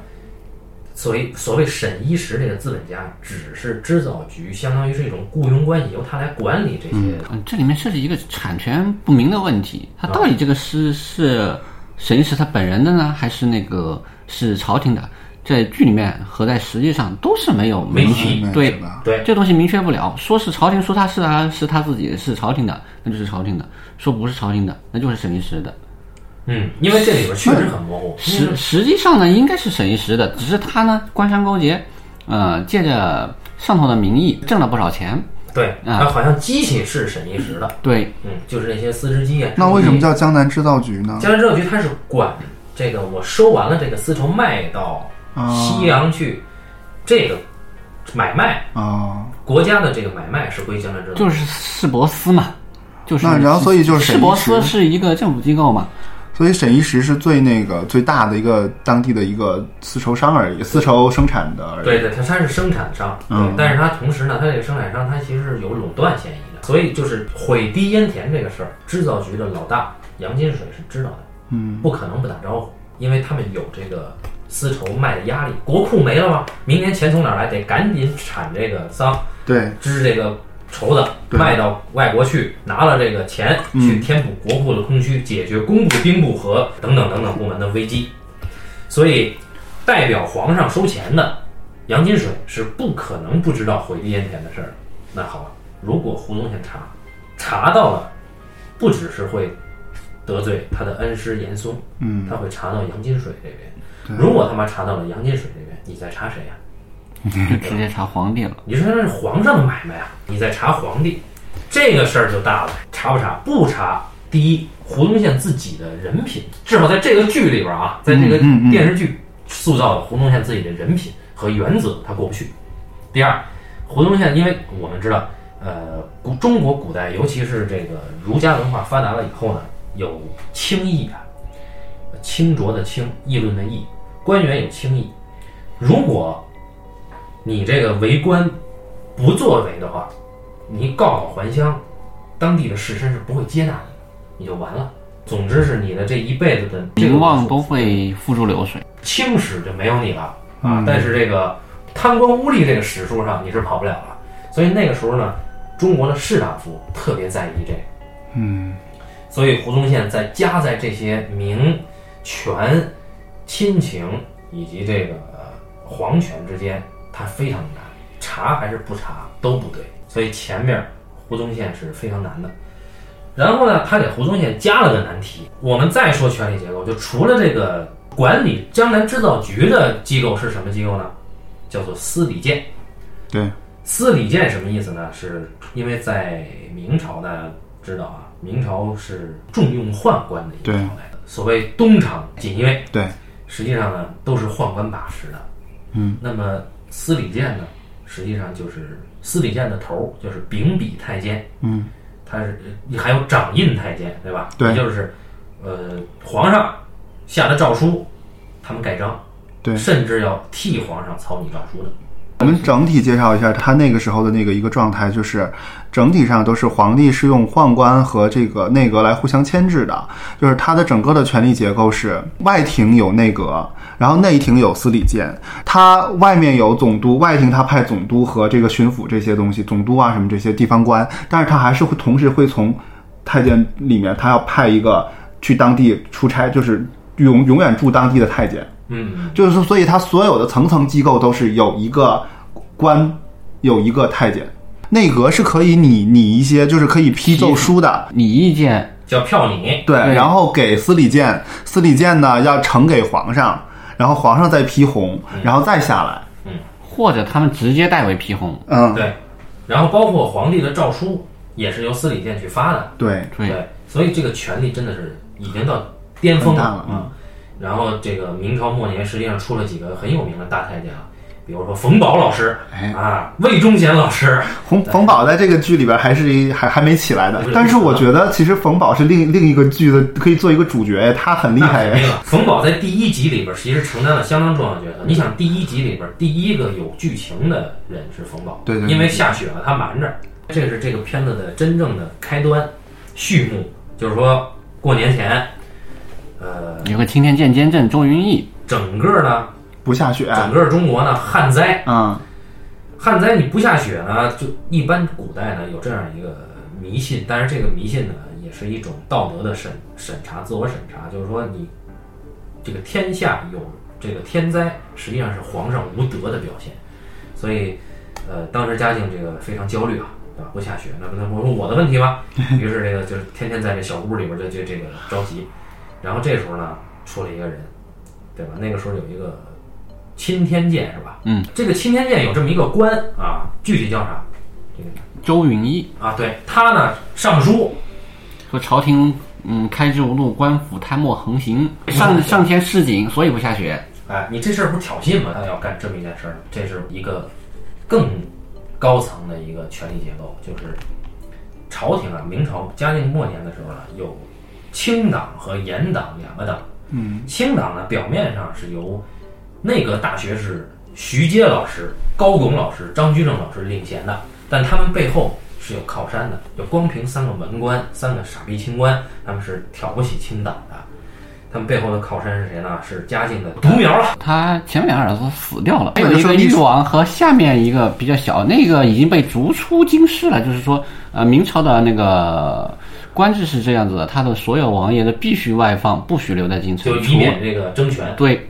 所以所谓沈一石这个资本家，只是织造局相当于是一种雇佣关系，由他来管理嗯这些。嗯，这里面涉及一个产权不明的问题，它到底这个诗是神石他本人的呢，还是那个是朝廷的，在剧里面和在实际上都是没有没明提嗯对是吧对这东西明确不了，说是朝廷说他是他是他自己是朝廷的，那就是朝廷的；说不是朝廷的，那就是沈一石的。嗯，因为这里边确实很模糊。嗯实实际上呢，应该是沈一石的，只是他呢官商勾结，呃，借着上头的名义挣了不少钱。对，啊它好像机器是审一时的，对，嗯，就是那些丝织机啊。那为什么叫江南制造局呢？江南制造局它是管这个我收完了这个丝绸卖到啊西洋去，这个买卖啊，国家的这个买卖是归江南制造局。就是世博司嘛，就是那然后所以就是沈世博一石司是一个政府机构嘛，所以沈一石是最那个最大的一个当地的一个丝绸商而已，丝绸生产的而已。对对，它它是生产商，对嗯但是它同时呢，它这个生产商它其实是有垄断嫌疑的，所以就是毁堤淹田这个事儿，制造局的老大杨金水是知道的，嗯，不可能不打招呼，因为他们有这个丝绸卖的压力，国库没了吗？明年钱从哪儿来？得赶紧产这个桑，对织这个绸子，对卖到外国去，拿了这个钱去填补国库的空虚，解决工部、兵部和等等等等部门的危机。所以，代表皇上收钱的杨金水是不可能不知道毁堤淹田的事儿。那好了，如果胡宗宪查查到了，不只是会得罪他的恩师严嵩，嗯，他会查到杨金水这边。如果他妈查到了杨金水这边，你再查谁啊呀、就直接查皇帝了。你说这是皇上的买卖啊，你在查皇帝，这个事儿就大了。查不查？不查。第一，胡宗宪自己的人品，至少在这个剧里边啊，在这个电视剧塑造的胡宗宪自己的人品和原则，他过不去。第二，胡宗宪，因为我们知道，呃，古中国古代，尤其是这个儒家文化发达了以后呢，有清议啊，清浊的清，议论的议，官员有清议。如果你这个为官不作为的话，你告老还乡，当地的士绅是不会接纳你的，你就完了。总之是你的这一辈子的这个名望都会付诸流水。清史就没有你了啊，但是这个贪官污吏这个史书上你是跑不了了。所以那个时候呢，中国的士大夫特别在意这个，嗯，所以胡宗宪在加在这些名、权、亲情以及这个呃皇权之间，他非常难，查还是不查都不对，所以前面胡宗宪是非常难的。然后呢，他给胡宗宪加了个难题。我们再说权力结构，就除了这个管理江南制造局的机构是什么机构呢？叫做司礼监。对，司礼监什么意思呢？是因为在明朝大家知道啊，明朝是重用宦官的一个对朝代，所谓东厂锦衣卫，对，实际上呢都是宦官把持的。嗯，那么司礼监呢，实际上就是司礼监的头儿就是秉笔太监。嗯，他是呃还有掌印太监，对吧？对也就是呃皇上下的诏书，他们盖章，对甚至要替皇上草拟诏书的。我们整体介绍一下他那个时候的那个一个状态，就是整体上都是皇帝是用宦官和这个内阁来互相牵制的，就是他的整个的权力结构是外廷有内阁，然后内廷有司礼监，他外面有总督，外廷他派总督和这个巡抚这些东西，总督啊什么这些地方官，但是他还是会同时会从太监里面他要派一个去当地出差，就是永永远驻当地的太监。嗯，就是说，所以它所有的层层机构都是有一个官，有一个太监。内阁是可以拟拟一些，就是可以批奏书的，你意见叫票拟。对。对然后给司礼监，司礼监呢要呈给皇上，然后皇上再批红，嗯然后再下来。或者他们直接代为批红，嗯，对，然后包括皇帝的诏书也是由司礼监去发的。对，对所以这个权力真的是已经到巅峰很大了了嗯啊。然后这个明朝末年，实际上出了几个很有名的大太监啊，比如说冯保老师，哎啊，魏忠贤老师，冯冯宝在这个剧里边还是一还还没起来的不是，但是我觉得其实冯宝是另另一个剧的可以做一个主角，他很厉害那啊肯定了。冯宝在第一集里边其实承担了相当重要的角色。你想，第一集里边第一个有剧情的人是冯宝，对对对因为下雪了，他瞒着。这是这个片子的真正的开端，序幕，就是说过年前，呃，有个青天剑监正周云逸，整个呢，不下雪，整个中国呢，旱灾，嗯，旱灾你不下雪呢，就一般古代呢有这样一个迷信，但是这个迷信呢也是一种道德的审审查、自我审查，就是说你这个天下有这个天灾，实际上是皇上无德的表现。所以，呃，当时嘉靖这个非常焦虑啊，对吧？不下雪，那不能我说我的问题吧？于是这个就是天天在这小屋里边就就这个着急。然后这时候呢，出了一个人，对吧？那个时候有一个钦天监是吧？嗯，这个钦天监有这么一个官啊，具体叫啥？这个周允祎啊，对他呢，上书说朝廷嗯开支无路，官府贪墨横行，上上天示警，所以不下雪。哎，你这事儿不是挑衅吗？他要干这么一件事儿，这是一个更高层的一个权力结构，就是朝廷啊，明朝嘉靖末年的时候呢，有清党和严党两个党。嗯，清党呢，表面上是由内阁大学士徐阶老师、高拱老师、张居正老师领衔的，但他们背后是有靠山的，有光凭三个文官、三个傻逼清官，他们是挑不起清党的。他们背后的靠山是谁呢？是嘉靖的独苗了。他前面两个儿子死掉了，还有那就一个说明豫王和下面一个比较小，那个已经被逐出京师了。就是说，呃，明朝的那个官制是这样子的，他的所有王爷都必须外放，不许留在京城就，以除免这个争权，对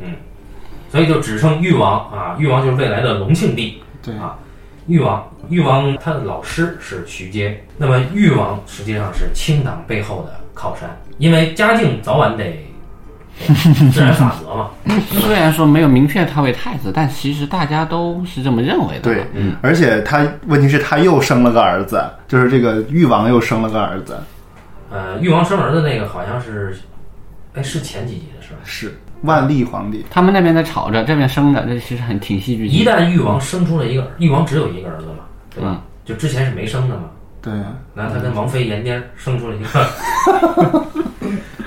所以就只剩誉王啊，誉王就是未来的隆庆帝对啊。誉王，誉王他的老师是徐阶，那么誉王实际上是清党背后的靠山，因为嘉靖早晚得得自然法则嘛，虽然说没有明确他为太子，但其实大家都是这么认为的。对，而且他问题是，他又生了个儿子，就是这个誉王又生了个儿子，呃，誉王生儿子那个好像是，哎，是前几集的事儿。是万历皇帝。他们那边在吵着，这边生着，这其实很挺戏剧一性的。嗯旦誉王生出了一个，誉王只有一个儿子嘛，对吧？就之前是没生的嘛，对，然后他跟王菲闫妮儿生出了一个，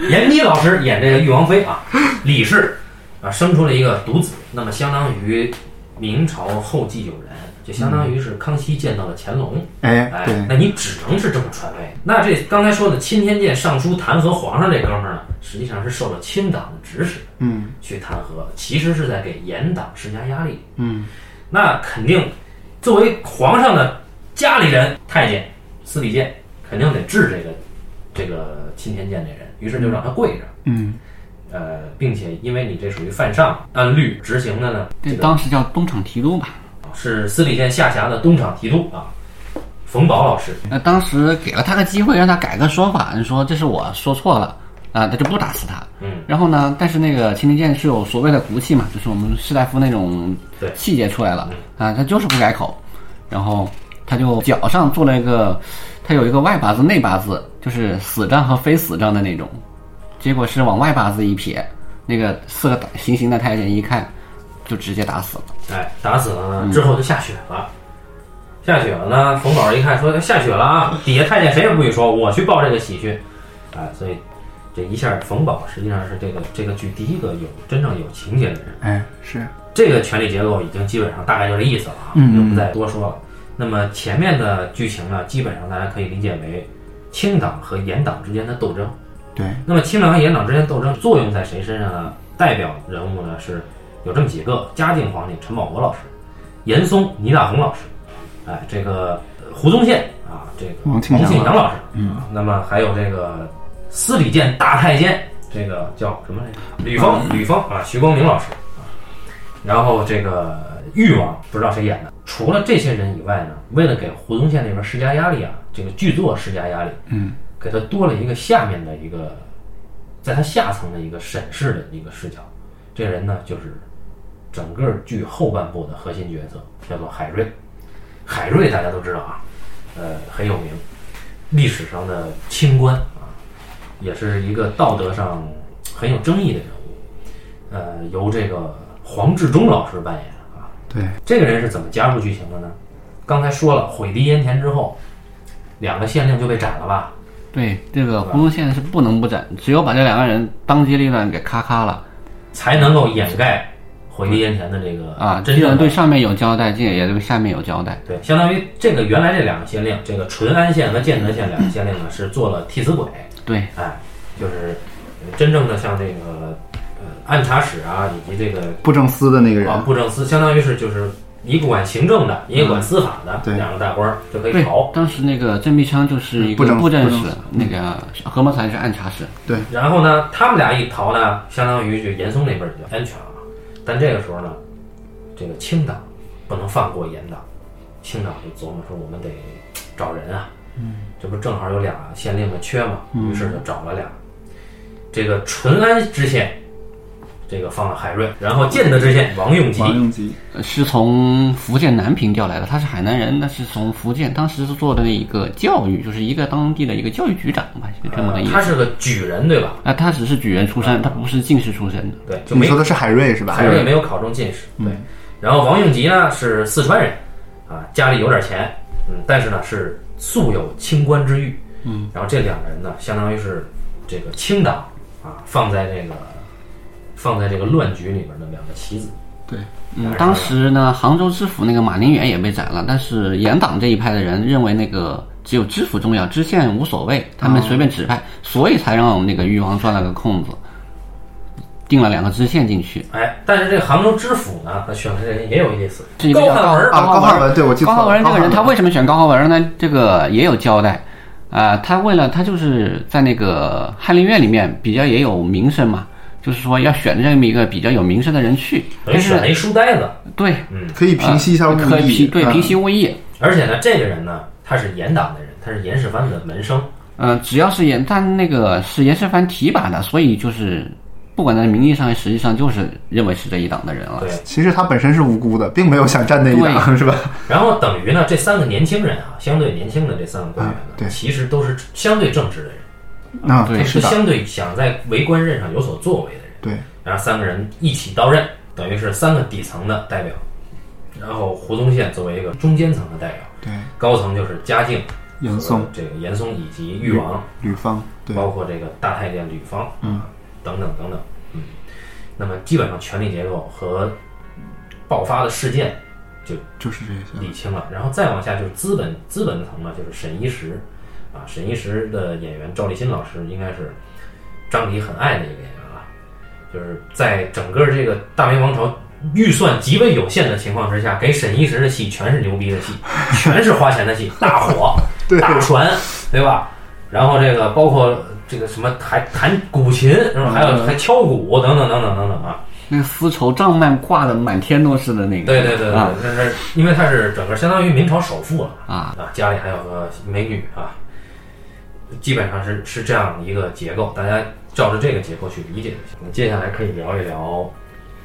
闫妮老师演这个裕王妃啊，李氏啊，生出了一个独子，那么相当于明朝后继有人，就相当于是康熙见到了乾隆，哎，哎对，，那你只能是这么传位。那这刚才说的钦天监上书弹劾皇上这哥们儿呢，实际上是受了清党的指使嗯去弹劾，其实是在给严党施加压力。嗯，那肯定，作为皇上的家里人，太监、司礼监肯定得治这个这个钦天监这人，于是就让他跪着。嗯，呃，并且因为你这属于犯上，按律执行的呢，对，这个当时叫东厂提督吧。是司礼监下辖的东厂提督啊，冯保老师。那当时给了他个机会，让他改个说法，你说这是我说错了，啊、他就不打死他。嗯，然后呢，但是那个秦陵剑是有所谓的骨气嘛，就是我们士大夫那种对嗯气节出来了啊，他就是不改口，然后他就脚上做了一个，他有一个外八字内八字，就是死章和非死章的那种，结果是往外八字一撇，那个四个行刑的太监一看，就直接打死了。哎，打死了呢，之后就下雪了。下雪了呢，冯保一看说哎下雪了啊，底下太监谁也不许说，我去报这个喜讯。哎，所以这一下冯保实际上是这个这个剧第一个有真正有情节的人。哎，是，这个权力结构已经基本上大概就这意思了啊，嗯就不再多说了。那么前面的剧情呢，基本上大家可以理解为清党和严党之间的斗争。对，那么清党和严党之间斗争作用在谁身上呢？代表人物呢是有这么几个：嘉靖皇帝陈宝国老师、严嵩、倪大红老师，哎，这个呃胡宗宪啊，这个王庆王庆祥阳老师，嗯，那么还有这个司礼监大太监，这个叫什么来着？吕方，吕方啊，徐光明老师啊，然后这个誉王不知道谁演的。除了这些人以外呢，为了给胡宗宪那边施加压力啊，这个剧作施加压力，嗯，给他多了一个下面的一个，在他下层的一个审视的一个视角。这个人呢，就是整个剧后半部的核心角色，叫做海瑞。海瑞大家都知道啊，呃，很有名，历史上的清官啊，也是一个道德上很有争议的人物。呃，由这个黄志忠老师扮演啊。对，这个人是怎么加入剧情的呢？刚才说了，毁堤淹田之后，两个县令就被斩了吧？对，这个胡宗宪是不能不斩，只有把这两个人当机立断给咔咔了才能够掩盖毁堤淹田的这个啊！真既正然的对上面有交代，这也对下面有交代。对，相当于这个原来这两个县令，这个淳安县和建德县两个县令呢，是做了替死鬼，对，哎，就是呃真正的像这个呃按察使啊，以及这个布政司的那个人啊，布政司相当于是就是你管行政的，你也管司法的，嗯对两个大官儿就可以对朝。，当时那个郑必昌嗯就是一布个政布政布政使，那个何谋才是按察使。然后呢，他们俩一逃呢，相当于就严嵩那边儿比较安全了。但这个时候呢，这个清党不能放过严党，清党就琢磨说我们得找人啊，嗯，这不正好有俩县令的缺嘛，嗯于是就找了俩。这个淳安知县，这个放了海瑞，然后建德知县王用吉，王用吉，呃是从福建南平调来的，他是海南人，那是从福建，当时是做的一个教育，就是一个当地的一个教育局长吧，就这么个意思。啊他是个举人对吧？啊，他只是举人出身，他不是进士出身的。对，就你没说的是海瑞是吧？海瑞也没有考中进士。对，然后王用吉呢是四川人，啊，家里有点钱，嗯，但是呢是素有清官之誉。嗯，然后这两个人呢，相当于是这个清党啊，放在这个放在这个乱局里边的两个棋子。对，嗯，当时呢，杭州知府那个马宁远也被斩了，但是严党这一派的人认为那个只有知府重要，知县无所谓，他啊们随便指派，所以才让那个裕王钻了个空子，定了两个知县进去。哎，但是这个杭州知府呢，他选的这人也有意思是一，个高叫翰文儿啊，高高浩浩文，对我记错高了。浩文这个人，高他浩文为什么选高浩文呢？这个也有交代。啊、他为了他就是在那个翰林院里面比较也有名声嘛，就是说要选这么一个比较有名声的人去，等于但选是了一书呆子。对，可以平息一下呃雾可以意，平对嗯平息物议。而且呢，这个人呢，他是严党的人，他是严世蕃的门生。嗯、只要是严，但那个是严世蕃提拔的，所以就是不管在名义上，实际上就是认为是这一党的人啊了。对，其实他本身是无辜的，并没有想站那一党，是吧？然后等于呢，这三个年轻人啊，相对年轻的这三个官员嗯对呢，其实都是相对正直的人，啊，对也是是的，相对想在为官任上有所作为的人。对，然后三个人一起到任，等于是三个底层的代表，然后胡宗宪作为一个中间层的代表，对，高层就是嘉靖、严嵩、、这个严嵩以及裕王，吕方，对，包括这个大太监吕方，嗯，等等等等，嗯，那么基本上权力结构和爆发的事件就是这些。理清了，然后再往下就是资本资本层呢，就是沈一石，啊，沈一石的演员赵立新老师应该是张黎很爱的一个演员啊，就是在整个这个大明王朝预算极为有限的情况之下，给沈一石的戏全是牛逼的戏，全是花钱的戏，大火、对大船，对吧？然后这个包括这个什么还弹古琴，然后还有还敲鼓等等等等等等啊，那个丝绸帐幔挂的满天都是的那个，对对对对啊，这是因为他是整个相当于明朝首富了。啊，啊，家里还有个美女啊，基本上是是这样一个结构，大家照着这个结构去理解就行。那接下来可以聊一聊，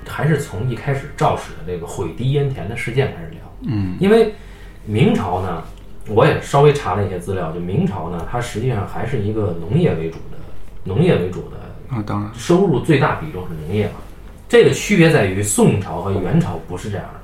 还是从一开始赵史的这个毁堤淹田的事件开始聊。嗯，因为明朝呢，我也稍微查了一些资料，就明朝呢，它实际上还是一个农业为主的，农业为主的啊，当然，收入最大比重是农业嘛。这个区别在于宋朝和元朝不是这样的，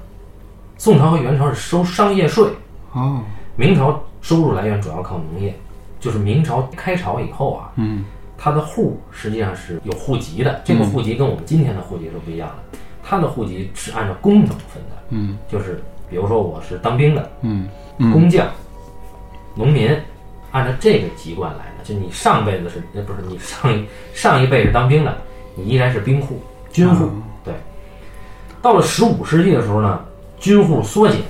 宋朝和元朝是收商业税。哦，明朝收入来源主要靠农业，就是明朝开朝以后啊，嗯，他的户实际上是有户籍的，这个户籍跟我们今天的户籍是不一样的，他的户籍是按照功能分的，嗯，就是比如说我是当兵的，嗯，工匠、农民，按照这个籍贯来的，就你上辈子是呃不是你上一上一辈是当兵的，你依然是兵户、军户，对。到了十五世纪的时候呢，军户缩减，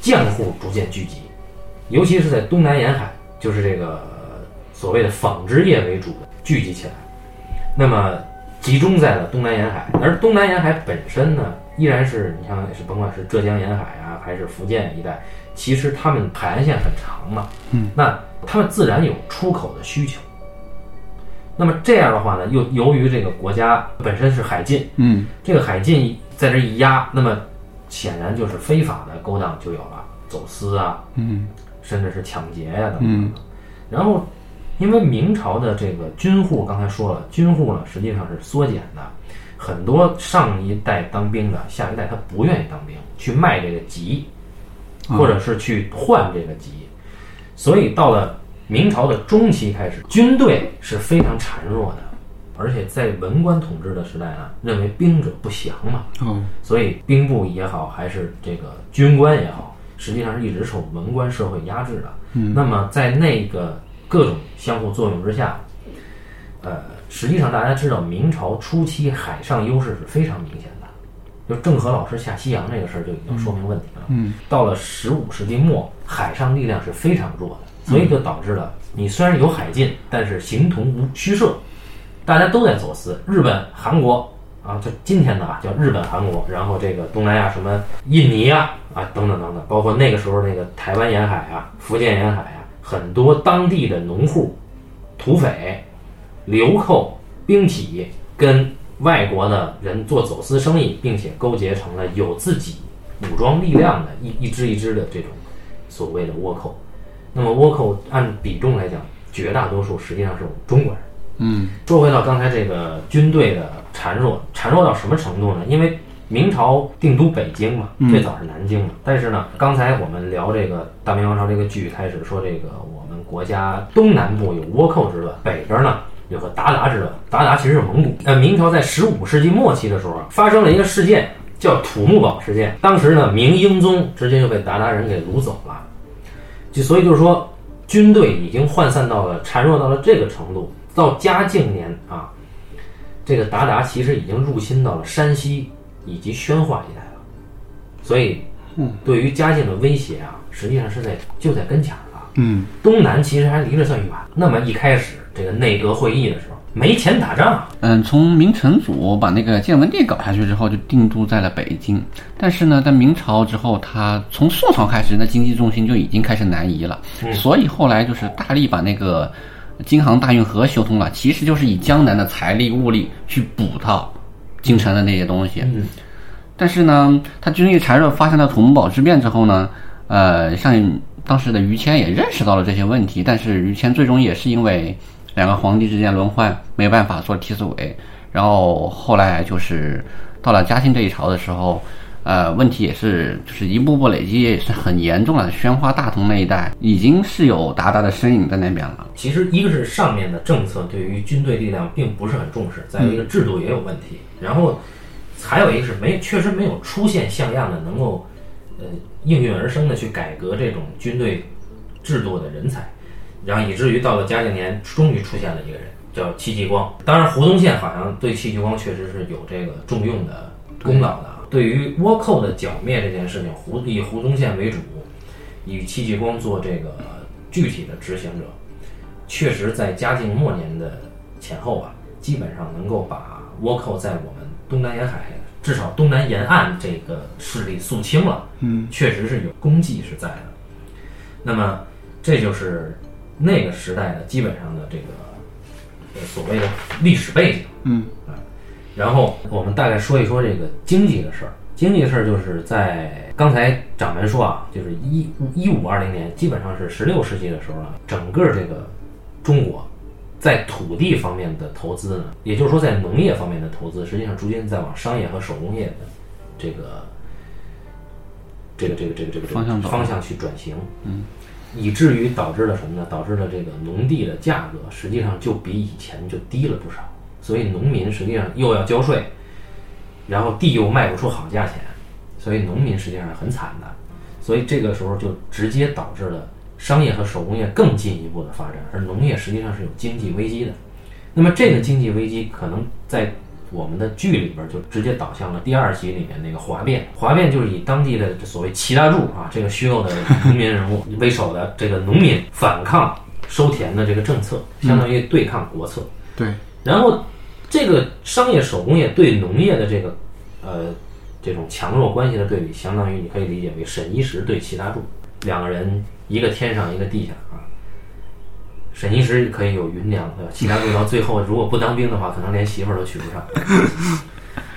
匠户逐渐聚集，尤其是在东南沿海，就是这个呃所谓的纺织业为主的聚集起来，那么集中在了东南沿海。而东南沿海本身呢，依然是你像是甭管是浙江沿海啊，还是福建一带，其实他们海岸线很长嘛，嗯，那他们自然有出口的需求。那么这样的话呢，又由于这个国家本身是海禁，嗯，这个海禁在这一压，那么显然就是非法的勾当就有了，走私啊，嗯，甚至是抢劫呀、等等等等。然后，因为明朝的这个军户，刚才说了，军户呢实际上是缩减的，很多上一代当兵的，下一代他不愿意当兵，去卖这个籍，或者是去换这个籍，所以到了明朝的中期开始，军队是非常孱弱的。而且在文官统治的时代呢，认为兵者不祥嘛，哦，所以兵部也好，还是这个军官也好，实际上是一直受文官社会压制的。嗯，那么在那个各种相互作用之下，呃，实际上大家知道，明朝初期海上优势是非常明显的，就郑和老师下西洋这个事儿就已经说明问题了。嗯，到了十五世纪末，海上力量是非常弱的，所以就导致了你虽然有海禁，但是形同无虚设，大家都在走私。日本、韩国啊，就今天的啊，叫日本、韩国，然后这个东南亚什么印尼啊啊等等等等，包括那个时候那个台湾沿海啊、福建沿海啊，很多当地的农户、土匪、流寇、兵痞跟外国的人做走私生意，并且勾结成了有自己武装力量的一一支一支的这种所谓的倭寇。那么倭寇按比重来讲，绝大多数实际上是我们中国人。嗯，说回到刚才这个军队的孱弱，孱弱到什么程度呢？因为明朝定都北京嘛，最早是南京嘛。但是呢，刚才我们聊这个大明王朝这个剧开始说，这个我们国家东南部有倭寇之乱，北边呢有个鞑靼之乱。鞑靼其实是蒙古。呃，明朝在十五世纪末期的时候啊，发生了一个事件，叫土木堡事件。当时呢，明英宗直接就被鞑靼人给掳走了。就所以就是说，军队已经涣散到了孱弱到了这个程度。到嘉靖年啊，这个鞑靼其实已经入侵到了山西以及宣化一带了，所以对于嘉靖的威胁啊，实际上是在就在跟前儿了。嗯，东南其实还离着算远。那么一开始这个内阁会议的时候，没钱打仗啊，嗯，从明成祖把那个建文帝搞下去之后，就定都在了北京。但是呢，在明朝之后，他从宋朝开始，那经济重心就已经开始南移了。所以后来就是大力把那个京杭大运河修通了，其实就是以江南的财力物力去补到京城的那些东西。嗯，但是呢，他军力孱弱，发生了土木堡之变之后呢，呃，像当时的于谦也认识到了这些问题，但是于谦最终也是因为两个皇帝之间轮换，没办法做替死鬼，然后后来就是到了嘉庆这一朝的时候。呃，问题也是，就是一步步累积，也是很严重了。宣化、大同那一带已经是有达达的身影在那边了。其实一个是上面的政策对于军队力量并不是很重视，再一个制度也有问题，然后还有一个是没确实没有出现像样的能够呃应运而生的去改革这种军队制度的人才，然后以至于到了嘉靖年，终于出现了一个人叫戚继光。当然，胡宗宪好像对戚继光确实是有这个重用的功劳的啊。对于倭寇的剿灭这件事情，胡以胡宗宪为主，以戚继光做这个具体的执行者，确实在嘉靖末年的前后啊，基本上能够把倭寇在我们东南沿海，至少东南沿岸这个势力肃清了。嗯，确实是有功绩是在的。那么这就是那个时代的基本上的这个呃所谓的历史背景。嗯啊，然后我们大概说一说这个经济的事儿。经济的事儿就是在刚才掌门说啊，就是一一五二零年，基本上是十六世纪的时候啊，整个这个中国在土地方面的投资呢，也就是说在农业方面的投资，实际上逐渐在往商业和手工业的这个这个这个这个这个这个方向走方向去转型。嗯，以至于导致了什么呢？导致了这个农地的价格实际上就比以前就低了不少，所以农民实际上又要交税，然后地又卖不出好价钱，所以农民实际上是很惨的。所以这个时候就直接导致了商业和手工业更进一步的发展，而农业实际上是有经济危机的。那么这个经济危机可能在我们的剧里边就直接导向了第二集里面那个哗变，哗变就是以当地的所谓齐大柱啊这个虚构的农民人物 为首的这个农民反抗收田的这个政策，相当于对抗国策。对，然后这个商业手工业对农业的这个呃这种强弱关系的对比，相当于你可以理解为沈一石对齐大柱，两个人一个天上一个地下啊。沈一石可以有云娘，对吧？齐大柱到最后如果不当兵的话，可能连媳妇儿都娶不上。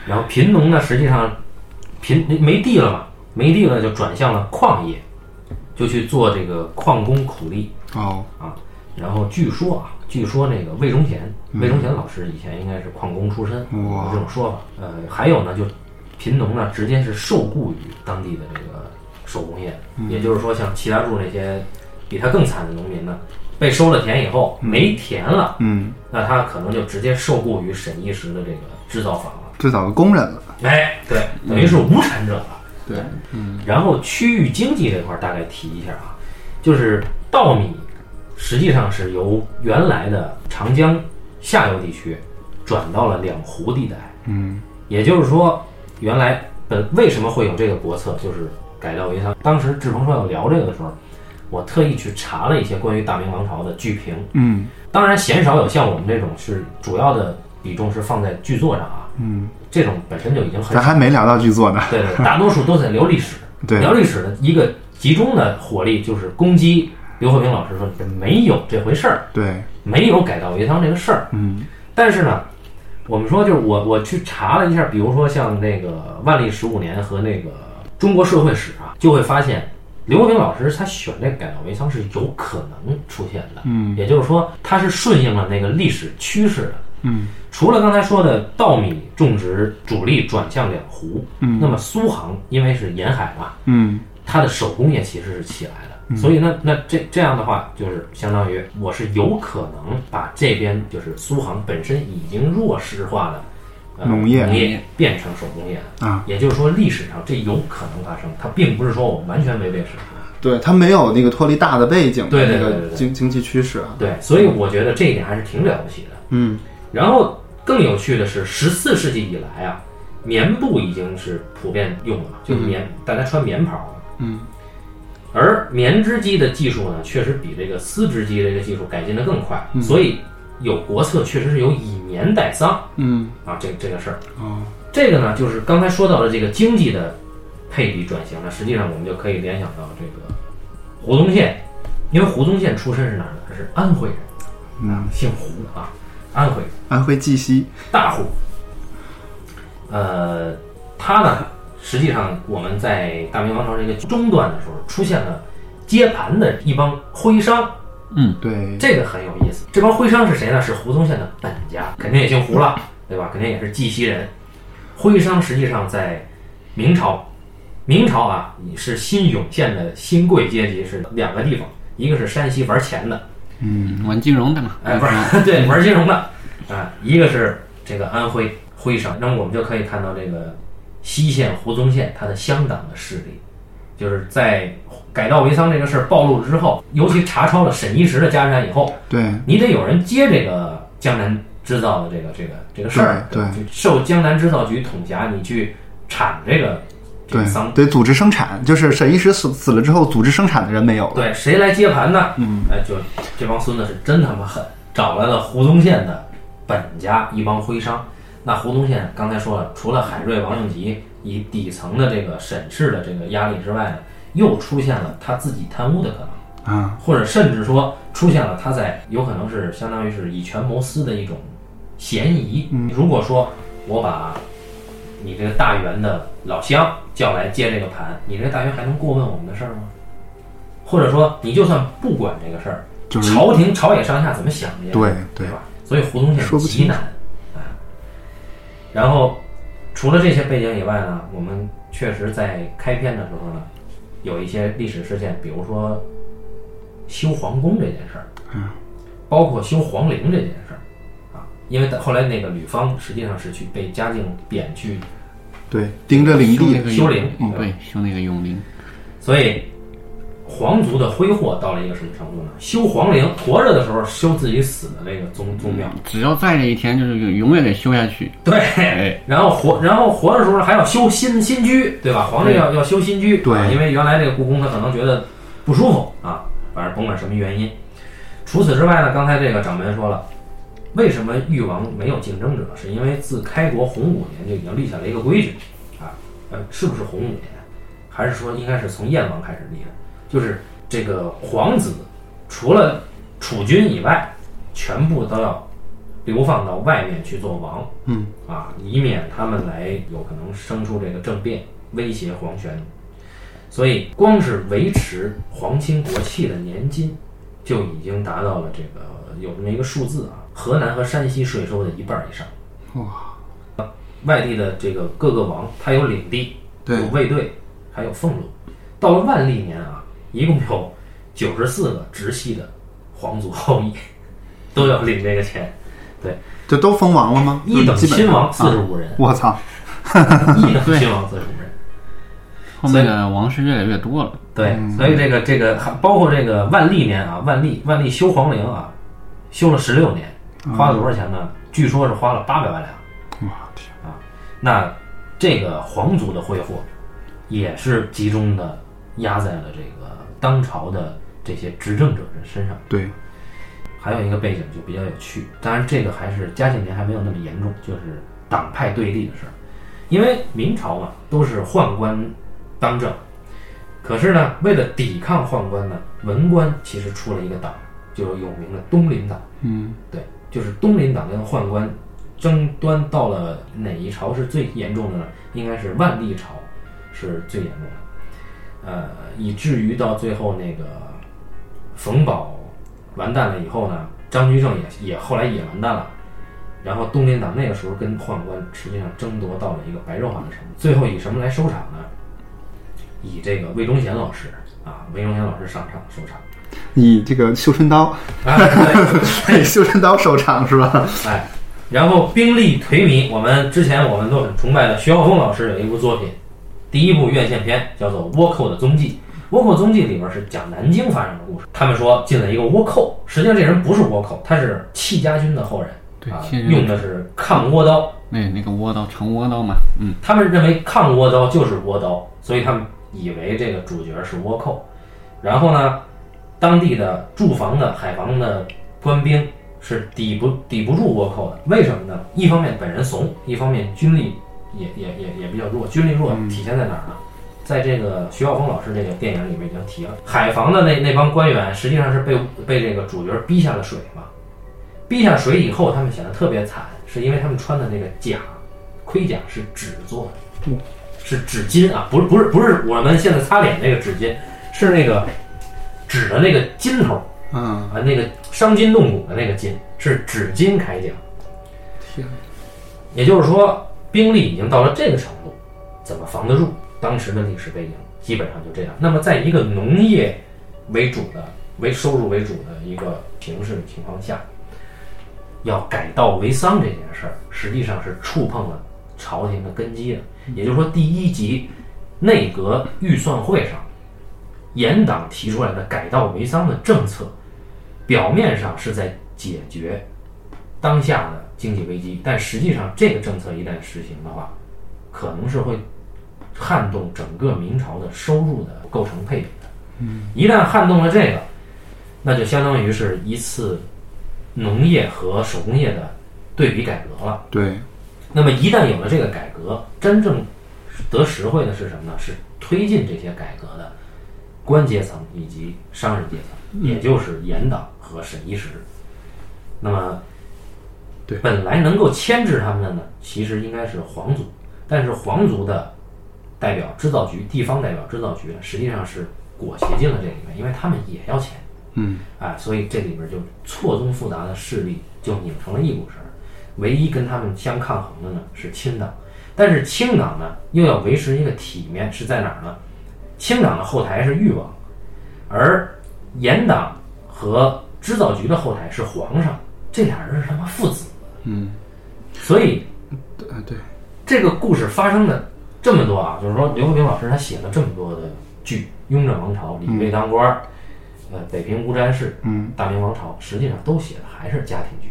然后贫农呢，实际上贫没地了嘛，没地了就转向了矿业，就去做这个矿工苦力。哦，啊。然后据说啊，据说那个魏忠贤，魏忠贤老师以前应该是矿工出身，哇有这种说法。呃，还有呢，就贫农呢，直接是受雇于当地的这个手工业，也就是说，像齐大柱那些比他更惨的农民呢，被收了田以后没田了，嗯，那他可能就直接受雇于沈一时的这个制造坊了。最早的工人了，哎，对，等于是无产者了。嗯对，嗯然后区域经济这块儿大概提一下啊，就是稻米实际上是由原来的长江下游地区转到了两湖地带，嗯，也就是说，原来本为什么会有这个国策，就是改掉为他。当时志鹏说要聊这个的时候，我特意去查了一些关于大明王朝的剧评，嗯当然鲜少有像我们这种是主要的比重是放在剧作上啊，嗯，这种本身就已经很咱还没聊到剧作呢，对对，大多数都在聊历史。对，聊历史的一个集中的火力就是攻击刘和平老师说这没有这回事儿，对，没有改稻为汤这个事儿。嗯但是呢，我们说就是我我去查了一下，比如说像那个万历十五年和那个中国社会史啊，就会发现刘和平老师他选这改稻为汤是有可能出现的，嗯也就是说他是顺应了那个历史趋势的。嗯除了刚才说的稻米种植主力转向两湖，嗯那么苏杭因为是沿海嘛，嗯它的手工业其实是起来的，所以呢，那这这样的话，就是相当于我是有可能把这边就是苏杭本身已经弱势化的、呃、农业农农业业变成手工业的，啊，也就是说历史上这有可能发生，它并不是说我完全违背史实。对，它没有那个脱离大的背景的对那对对个对对经经济趋势啊，对，所以我觉得这一点还是挺了不起的。嗯然后更有趣的是，十四世纪以来啊，棉布已经是普遍用了嘛，就是棉，大家穿棉袍了。嗯而棉织机的技术呢，确实比这个丝织机这个技术改进的更快，嗯所以有国策确实是有以棉代桑嗯啊，这这个事儿。哦这个呢，就是刚才说到的这个经济的配比转型呢，实际上我们就可以联想到这个胡宗宪，因为胡宗宪出身是哪儿的？他是安徽人，嗯，姓胡啊，安徽安徽绩溪，大户。呃，他呢，实际上我们在大明王朝这个中段的时候，出现了接盘的一帮徽商，对，这个很有意思。这帮徽商是谁呢？是胡宗宪的本家，肯定也姓胡了，对吧？肯定也是绩溪人。徽商实际上在明朝，明朝啊，你是新涌现的新贵阶级是两个地方，一个是山西玩钱的，嗯玩金融的嘛，哎，不是， 对，玩金融的，啊，一个是这个安徽徽商，那么我们就可以看到这个西线胡宗宪他的香港的势力，就是在改稻为桑这个事儿暴露之后，尤其查抄了沈一石的家产以后，对你得有人接这个江南织造的这个这个这个事儿，对吧，就受江南织造局统辖，你去产这个这个对桑，对，组织生产，就是沈一石死死了之后，组织生产的人没有了，对，谁来接盘呢？嗯，哎，就这帮孙子是真他妈狠，找来了胡宗宪的本家一帮徽商。那胡宗宪刚才说了，除了海瑞、王永吉以底层的这个审视的这个压力之外呢，又出现了他自己贪污的可能。啊，或者甚至说出现了他在有可能是相当于是以权谋私的一种嫌疑。嗯如果说我把你这个大员的老乡叫来接这个盘，你这个大员还能过问我们的事儿吗？或者说你就算不管这个事儿，就是朝廷朝野上下怎么想这件事对对对吧？所以胡宗说宪不极清难啊。然后除了这些背景以外呢，我们确实在开篇的时候呢，有一些历史事件，比如说修皇宫这件事儿，嗯包括修皇陵这件事儿啊，因为后来那个吕方实际上是去被嘉靖贬去，对，盯着领修地那，个修永陵嗯，对对，修那个永陵，所以皇族的挥霍到了一个什么程度呢？修皇陵，活着的时候修自己死的那个宗宗庙，只要在这一天，就是永永远得修下去。对哎，然后活，然后活的时候还要修新新居，对吧？皇帝要要修新居，对啊因为原来这个故宫他可能觉得不舒服啊，反正甭管什么原因。除此之外呢，刚才这个掌门说了，为什么誉王没有竞争者？是因为自开国洪武年就已经立下了一个规矩啊，呃，是不是洪武年？还是说应该是从燕王开始立的？就是这个皇子除了储君以外，全部都要流放到外面去做王。啊，以免他们来有可能生出这个政变，威胁皇权。所以，光是维持皇亲国戚的年金，就已经达到了这个有这么一个数字啊，河南和山西税收的一半以上。哇！外地的这个各个王，他有领地，对有卫队，还有俸禄。到了万历年啊，一共有九十四个直系的皇族后裔都要领这个钱，就都封王了吗？一等就是基本亲王上四十啊五人，我操，一等亲王自主人。后面的王室越来越多了，对，所以这个这个还包括这个万历年啊，万历万历修皇陵啊，修了十六年，花了多少钱呢？据说是花了八百万两。我天，那这个皇族的挥霍，也是集中的压在了这个当朝的这些执政者的身上。对，还有一个背景就比较有趣，当然这个还是嘉庆年还没有那么严重，就是党派对立的事儿。因为明朝嘛，都是宦官当政，可是呢，为了抵抗宦官呢，文官其实出了一个党，就是有名的东林党。嗯，对，就是东林党跟宦官争端到了哪一朝是最严重的呢？应该是万历朝是最严重的，呃，以至于到最后那个冯保完蛋了以后呢，张居正也也后来也完蛋了。然后东林党那个时候跟宦官实际上争夺到了一个白热化的程度，最后以什么来收场呢？以这个魏忠贤老师啊，魏忠贤老师上场收场。 以这个绣春刀，啊，对， 以绣春刀收场是吧？哎，然后兵力颓靡，我们之前我们都很崇拜的徐浩峰老师有一部作品，第一部院线片叫做《倭寇的踪迹》。倭寇踪迹里边是讲南京发生的故事。他们说进了一个倭寇，实际上这人不是倭寇，他是戚家军的后人，对啊戚家，军用的是抗倭刀。那那个倭刀，长倭刀嘛，嗯，他们认为抗倭刀就是倭刀，所以他们以为这个主角是倭寇。然后呢，当地的驻防的海防的官兵是抵不抵不住倭寇的，为什么呢？一方面本人怂，一方面军力也也也也比较弱。军力弱体现在哪儿呢？在这个徐浩峰老师这个电影里面已经提了，海防的那那帮官员实际上是被被这个主角逼下了水嘛。逼下水以后，他们显得特别惨，是因为他们穿的那个甲盔甲是纸做的，是纸巾啊，不是不是不是我们现在擦脸那个纸巾，是那个纸的那个筋头嗯，啊，那个伤筋动骨的那个筋是纸巾铠甲。天，也就是说，兵力已经到了这个程度，怎么防得住？当时的历史背景基本上就这样。那么，在一个农业为主的、为收入为主的一个形势情况下，要改稻为桑这件事儿，实际上是触碰了朝廷的根基的。也就是说，第一级内阁预算会上，严党提出来的改稻为桑的政策，表面上是在解决当下的经济危机，但实际上这个政策一旦实行的话，可能是会撼动整个明朝的收入的构成配比的。嗯，一旦撼动了这个，那就相当于是一次农业和手工业的对比改革了。啊对，那么一旦有了这个改革，真正得实惠的是什么呢？是推进这些改革的官阶层以及商人阶层，也就是严党和审一时。那么，对本来能够牵制他们的呢，其实应该是皇族，但是皇族的代表织造局、地方代表织造局呢实际上是裹挟进了这里面，因为他们也要钱。嗯，啊，所以这里边就错综复杂的势力就拧成了一股绳儿。唯一跟他们相抗衡的呢是清党，但是清党呢又要维持一个体面，是在哪儿呢？清党的后台是裕王，而严党和织造局的后台是皇上，这俩人是他妈父子。嗯，所以啊对，这个故事发生的这么多啊，就是说刘和平老师他写了这么多的剧，《雍正王朝》《李卫当官》呃，《北平无战事》嗯大明王朝实际上都写的还是家庭剧，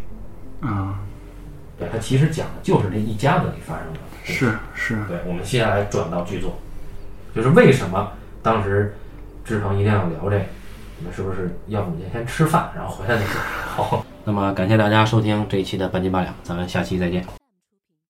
啊，对，它其实讲的就是这一家子里发生的。是是，对，我们接下来转到剧作，就是为什么当时志鹏一定要聊这个？我们是不是要不你先吃饭，然后回来再说？好，那么感谢大家收听这一期的半斤八两，咱们下期再见。